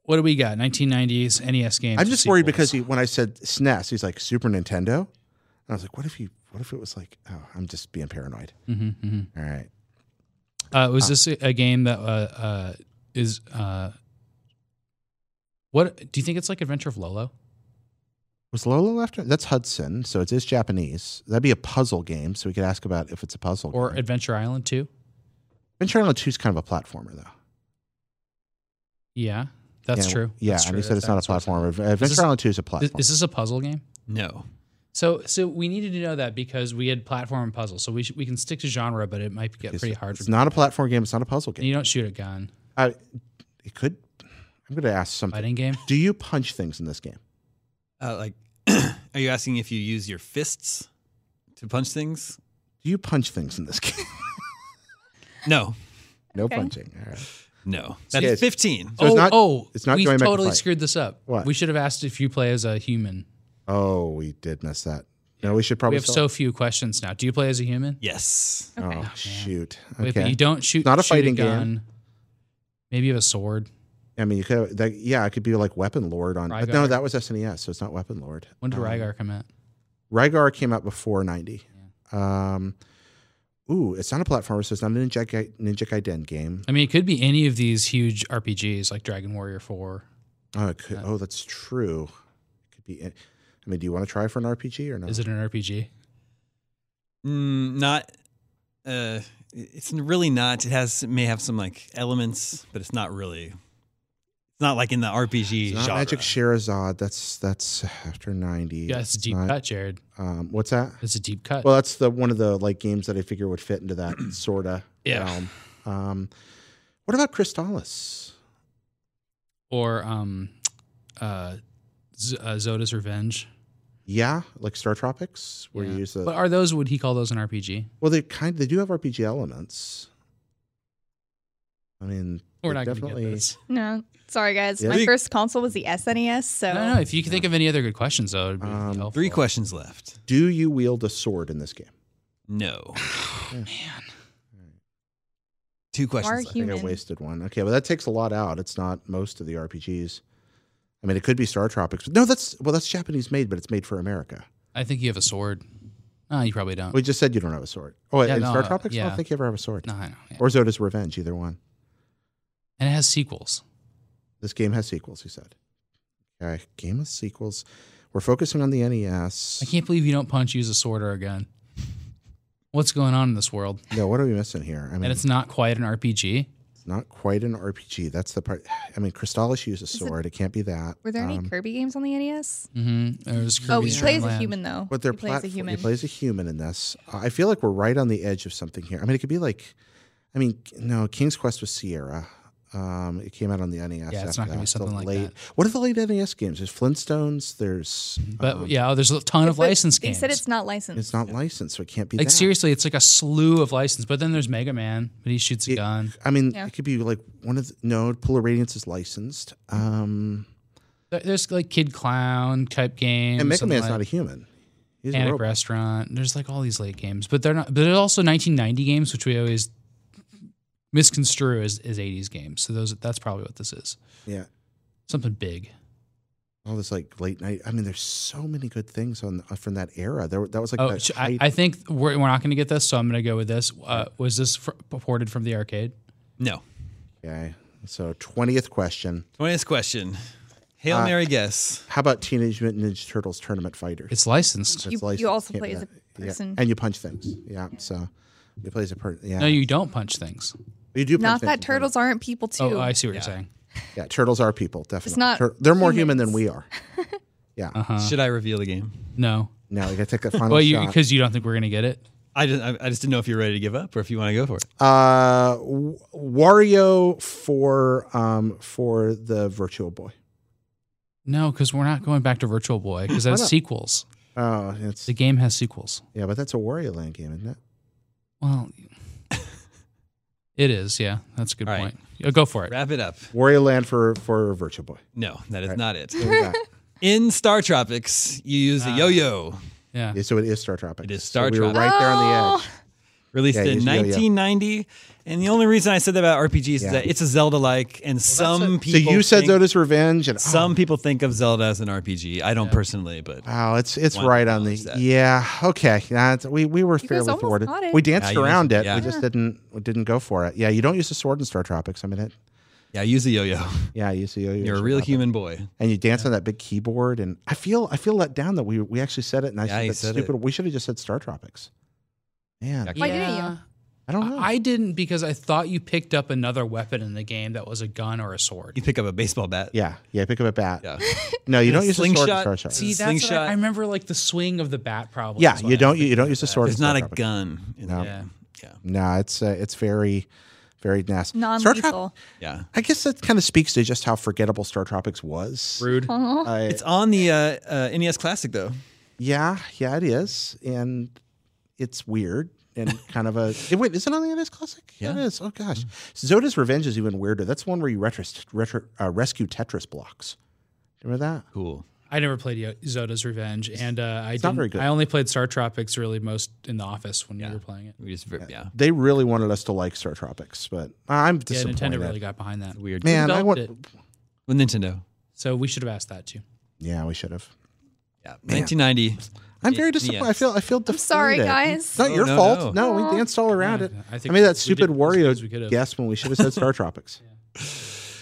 E: what do we got? 1990s NES E games.
D: I'm
E: with
D: just worried
E: sequels.
D: because he, when I said SNES, he's like Super Nintendo, and I was like, what if he? What if it was like? Oh, I'm just being paranoid.
E: Mm-hmm,
D: All right.
E: Uh, was this a, a game that uh, uh, is uh, what? Do you think it's like Adventure of Lolo?
D: Was Lola left? out? That's Hudson, so it is Japanese. That'd be a puzzle game, so we could ask about if it's a puzzle.
E: or
D: game.
E: Adventure Island 2.
D: Adventure Island Two is kind of a platformer, though.
E: Yeah, that's
D: yeah,
E: true.
D: Yeah,
E: That's
D: and
E: true.
D: you said
E: That's-
D: it's not a
E: that's what I'm saying.
D: platformer.
E: This
D: Adventure
E: is-
D: Island Two is a
E: Th-
D: platform.
E: Is this a puzzle game?
G: No.
E: So, so we needed to know that because we had platform and puzzle. So we should, we can stick to genre, but it might get pretty hard.
D: It's
E: for
D: not a platform game. It's not a puzzle
E: And
D: game.
E: you don't shoot a gun.
D: Uh, it could. I'm going to ask something.
E: Fighting game.
D: Do you punch things in this game?
G: Uh, like, are you asking if you use your fists to punch things?
D: Do you punch things in this game?
G: No.
D: no
F: Okay.
D: punching. All right.
G: No. That's
D: Yes.
G: 15.
D: So it's
E: oh,
D: not-
E: oh,
D: it's not
E: we
D: going back to
E: totally
D: fight.
E: screwed this up.
D: What?
E: We should have asked if you play as a human.
D: Oh, we did miss that. No, we should probably.
E: we have so few questions now. Do you play as a human?
G: Yes.
D: Oh shoot.
E: Wait,
D: Okay.
E: but you don't shoot.
D: Not a
E: shoot
D: fighting game.
E: gun. Maybe you have a sword.
D: I mean, you could. That, yeah, it could be like Weapon Lord on. But no,
E: Rygar.
D: that was SNES, so it's not Weapon Lord.
E: When did
D: Um,
E: Rygar come out?
D: Rygar came out before ninety. Um, ooh, it's not a platformer, so it's not a Ninja Ga- Ninja Gaiden game.
E: I mean, it could be any of these huge RPGs like Dragon Warrior Four.
D: Oh, it could, oh, that's true. It could be. in- I mean, do you want to try for an RPG or not?
E: Is it an RPG?
G: Mm, not. Uh, it's really not. It has it may have some like elements, but it's not really. It's not like in the RPG
D: It's not
G: genre.
D: Magic Shirazad. That's that's after ninety.
E: Yeah, it's a
D: It's
E: deep
D: not-
E: cut, Jared.
D: Um, what's that?
E: It's a deep cut.
D: Well, that's the one of the like games that I figure would fit into that sorta
E: Yeah.
D: realm. Um, what about Crystallis?
E: or um, uh, Z- uh, Zoda's Revenge.
D: Yeah, like Star Tropics, where
E: Yeah.
D: you use the.
E: But are those? Would he call those an RPG?
D: well, they kind they do have RPG elements. I mean,
E: We're
D: they
E: not
D: definitely.
E: Gonna get this.
F: No, sorry guys.
D: Yeah.
F: My
G: Three-
F: first console was the SNES, so
E: I don't know. If you can think of any other good questions, though, it'd be
D: Um,
E: helpful.
G: Three questions left.
D: Do you wield a sword in this game?
G: No.
D: Oh,
G: Man. Two
F: are
G: questions. left.
D: I
F: human.
D: think I wasted one. Okay, well that takes a lot out. It's not most of the RPGs. I mean, it could be Star Tropics. No, that's well, that's Japanese made, but it's made for America.
E: I think you have a sword. No, you probably don't.
D: We just said you don't have a sword. Oh,
E: Oh. Yeah,
D: in
E: no, uh,
D: Star Tropics, I
E: yeah.
D: don't think you ever have a sword.
E: no, I know. yeah.
D: Or Zoda's Revenge, either one.
E: And it has sequels.
D: This game has sequels. He said. Okay, game has sequels. We're focusing on the E NES.
E: I can't believe you don't punch, use a sword or a gun. What's going on in this world?
D: No, what are we missing here? I mean,
E: And it's not quite an RPG.
D: It's not quite an RPG. That's the part. I mean, Crystallis used a
F: it-
D: sword. It, can't be that.
F: were there any
D: Um,
F: Kirby games on the NES?
E: Mm-hmm. There's
F: oh,
E: Kirby's
F: he plays
E: Dream
F: a
E: Land.
F: human though.
D: but they're
F: he plays a
D: platform-
F: human.
D: He plays a human in this. Uh, I feel like we're right on the edge of something here. I mean, it could be like, I mean, no, King's Quest was Sierra. Um, it came out on the NES.
E: Yeah,
D: after
E: it's not gonna
D: that.
E: be
D: The
E: something like
D: late,
E: that.
D: What are the late NES games? There's Flintstones. There's.
E: But
D: um,
E: yeah, oh, there's a ton of
F: But
E: licensed
F: they
E: games.
F: said it's not licensed.
D: it's not licensed, so it can't be
E: like
D: that.
E: seriously, it's like a slew of license. But then there's Mega Man, but he shoots a
D: It-
E: gun.
D: I mean,
F: Yeah.
D: it could be like one of the, no. Polar Radiance is licensed. Um,
E: There- There's like Kid Clown type games.
D: and Mega Man's
E: like
D: not a human. He's a
E: Panic
D: robot.
E: Restaurant. There's like all these late games, but they're not. But there's also 1990 games, which we always misconstrue as, as 80s games. So those that's probably what this is.
D: Yeah.
E: Something big.
D: all this like late night. I mean, there's so many good things on uh, from that era. There, were- that was like
E: Oh,
D: that
E: sh- I,
D: height-
E: I think we're, we're not going to get this, so I'm going to go with this. Uh, was this fr- ported from the arcade?
G: No.
D: okay. So twentieth question:
G: Twentieth question. Hail
D: Uh,
G: Mary guess.
D: How about Teenage Mutant Ninja Turtles Tournament Fighter?
E: It's licensed.
F: You- you
D: licensed.
F: also
D: Can't
F: play
D: be
F: as a
D: that. Yeah.
F: person.
D: and you punch things. Yeah, so you play as a person. Yeah,
E: No, you don't punch things.
D: You do. Punch
F: not
D: things
F: that
D: in
F: turtles aren't people too.
E: Oh, I see what you're saying.
D: tournaments. Yeah, turtles are people. Definitely.
F: not
D: Tur- they're more human than
F: humans.
D: we are. Yeah.
G: Should I reveal the game?
E: Uh-huh. No.
D: Now you gotta take that final
E: Well, you
D: shot.
E: because you don't think we're going to get it.
G: I just I, I just didn't know if you're ready to give up or if you want to go for it.
D: Uh, W- Wario for um for the Virtual Boy.
E: No, because we're not going back to Virtual Boy because that's
D: not?
E: sequels.
D: Oh, it's
E: The game has sequels.
D: yeah, but that's a Wario Land game, isn't it?
E: Well, it is. Yeah, that's a good
G: All right.
E: point. Yeah, go for it.
G: Wrap it up.
D: Wario Land for for Virtual Boy.
G: No, that is not it.
D: What do we got?
G: In Star Tropics, you use
D: Ah.
G: a yo-yo.
E: Yeah.
D: Yeah, so it is Star Tropics.
G: It is
D: So
G: Star
D: we were
G: Tropics.
D: right there on the
F: Oh,
D: edge.
G: Released
D: Yeah,
G: in
D: use yo-yo.
G: 1990, and the only reason I said that about RPGs is
D: Yeah.
G: that it's a Zelda-like, and some
D: So
G: people
D: you said
G: think,
D: Zoda's Revenge, and
G: Some people think of Zelda as an RPG. I don't personally, but
D: Oh, it's it's
G: Wanna
D: right on the
G: acknowledge that.
D: yeah. Okay, that's, we we were
F: guys
D: fairly
F: almost
D: thwarted.
F: got it.
D: We danced
G: Yeah, you
D: around
G: guys-
D: it.
G: yeah.
D: We just didn't we didn't go for it. Yeah, you don't use a sword in Star Tropics. I mean, it
C: Yeah, use the yo-yo.
D: Yeah, you see, you
C: You're a real human boy.
D: and you dance on that big keyboard. And I feel I feel let down that we we actually said it, and I
C: Yeah,
D: said
C: you
D: that's
C: said it.
D: stupid. We should have just said Star Tropics. Man,
C: Yeah.
F: Why didn't you?
D: I don't know.
E: I didn't because I thought you picked up another weapon in the game that was a gun or a sword.
C: You pick up a baseball bat.
D: yeah, yeah, pick up a bat.
C: Yeah.
D: No, you
C: And a
D: don't use a sword in
C: slingshot.
D: Star Tropics.
E: See,
C: The
E: that's what I,
C: slingshot.
E: I remember like the swing of the bat probably.
D: yeah,
E: is what
D: you
E: I
D: don't
E: was
D: you, you don't
E: thinking
D: use a
E: about.
D: sword. in
C: There's
D: Star
C: not a
D: Tropics.
C: gun. in
D: No.
C: it.
E: Yeah.
C: Yeah.
D: No, it's uh, it's very very nasty. Star Trop-
F: Non-lethal.
C: Yeah.
D: I guess that kind of speaks to just how forgettable Star Tropics was.
E: Rude.
D: I-
C: It's on the uh, uh, NES Classic though.
D: yeah, yeah, it is, and it's weird and kind of a it, wait. Is it on the NES Classic? Yeah, it
C: Yeah.
D: is. Oh gosh,
E: Mm-hmm.
D: Zoda's Revenge is even weirder. That's one where you retro, retro uh, rescue Tetris blocks. Remember that?
C: Cool.
E: I never played Yo- Zoda's Revenge, and uh,
D: not
E: I didn't.
D: very good.
E: I only played Star Tropics really most in the office when we were playing it.
C: We just ver- yeah.
D: They really wanted us to like Star Tropics, but I'm
E: Yeah,
D: disappointed.
E: Nintendo really got behind that.
C: Weird.
D: Man, I
E: developed
D: want.
E: it.
C: Well, Nintendo.
E: So we should have asked that too.
D: Yeah, we should have.
C: Yeah. 1990.
D: I'm very
C: Yeah.
D: disappointed. I feel. I feel. Deflated.
F: sorry, guys.
D: It's not
E: Oh,
C: No,
D: your
C: no,
D: fault.
C: no.
D: No, we danced all around it.
E: I
D: I,
E: think
D: mean
E: we-
D: that
E: we did
D: stupid
E: as good as we could
D: Wario
E: have.
D: guess when we should have said Star Tropics.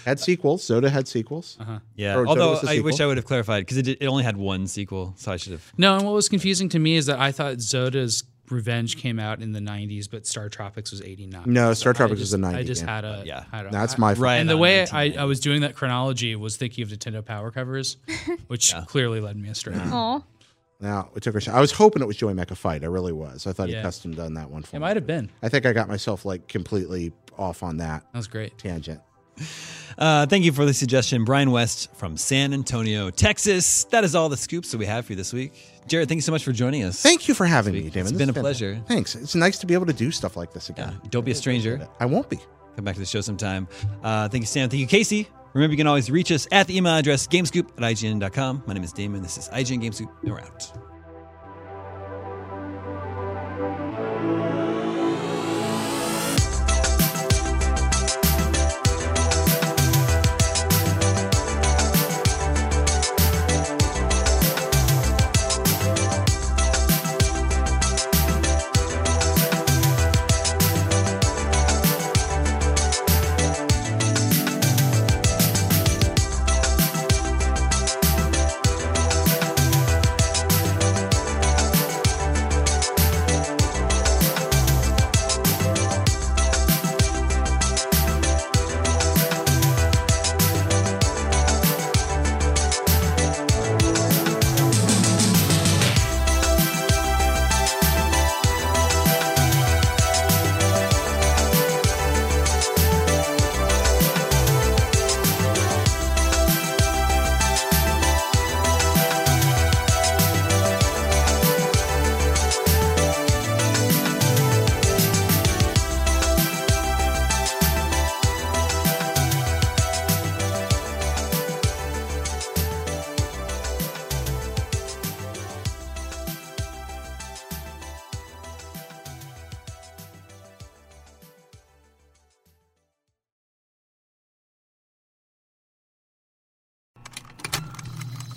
D: Had sequels. Zoda had sequels.
E: Uh-huh.
C: Yeah.
D: Or
C: Although
D: Jonas'
C: I wish
D: sequel.
C: I would have clarified because it, did- it only had one sequel, so I should have.
E: No, and what was confusing to me is that I thought Zoda's Revenge came out in the '90s, but Star Tropics was '89.
D: No, Star Tropics
E: just,
D: was the 90s.
E: I just
D: yeah.
E: had a
C: Yeah.
E: Had a,
D: That's
E: I-
D: my fault.
C: Right.
E: And the
C: on
E: way
C: 1990.
E: I, I was doing that chronology was thinking of Nintendo Power covers, which clearly led me astray.
D: Um,
F: Aw.
D: Now we took a shot. I was hoping it was Joey Mecha Fight. I really was. I thought
E: Yeah.
D: he custom done that one for me.
E: It might have been.
D: I think I got myself like completely off on that
E: That was great.
D: tangent.
C: Uh, thank you for the suggestion, Brian West from San Antonio, Texas. That is all the scoops that we have for you this week. Jared, thank you so much for joining us.
D: Thank you for having me, Damon.
C: It's
D: This
C: been
D: has
C: a pleasure.
D: Thanks. It's nice to be able to do stuff like this again.
C: Don't be a stranger.
D: I won't be.
C: Come back to the show sometime. Uh, thank you, Sam. Thank you, Casey. Remember, you can always reach us at the email address gamescoop at ign.com. My name is Damon. This is IGN Gamescoop, and we're out.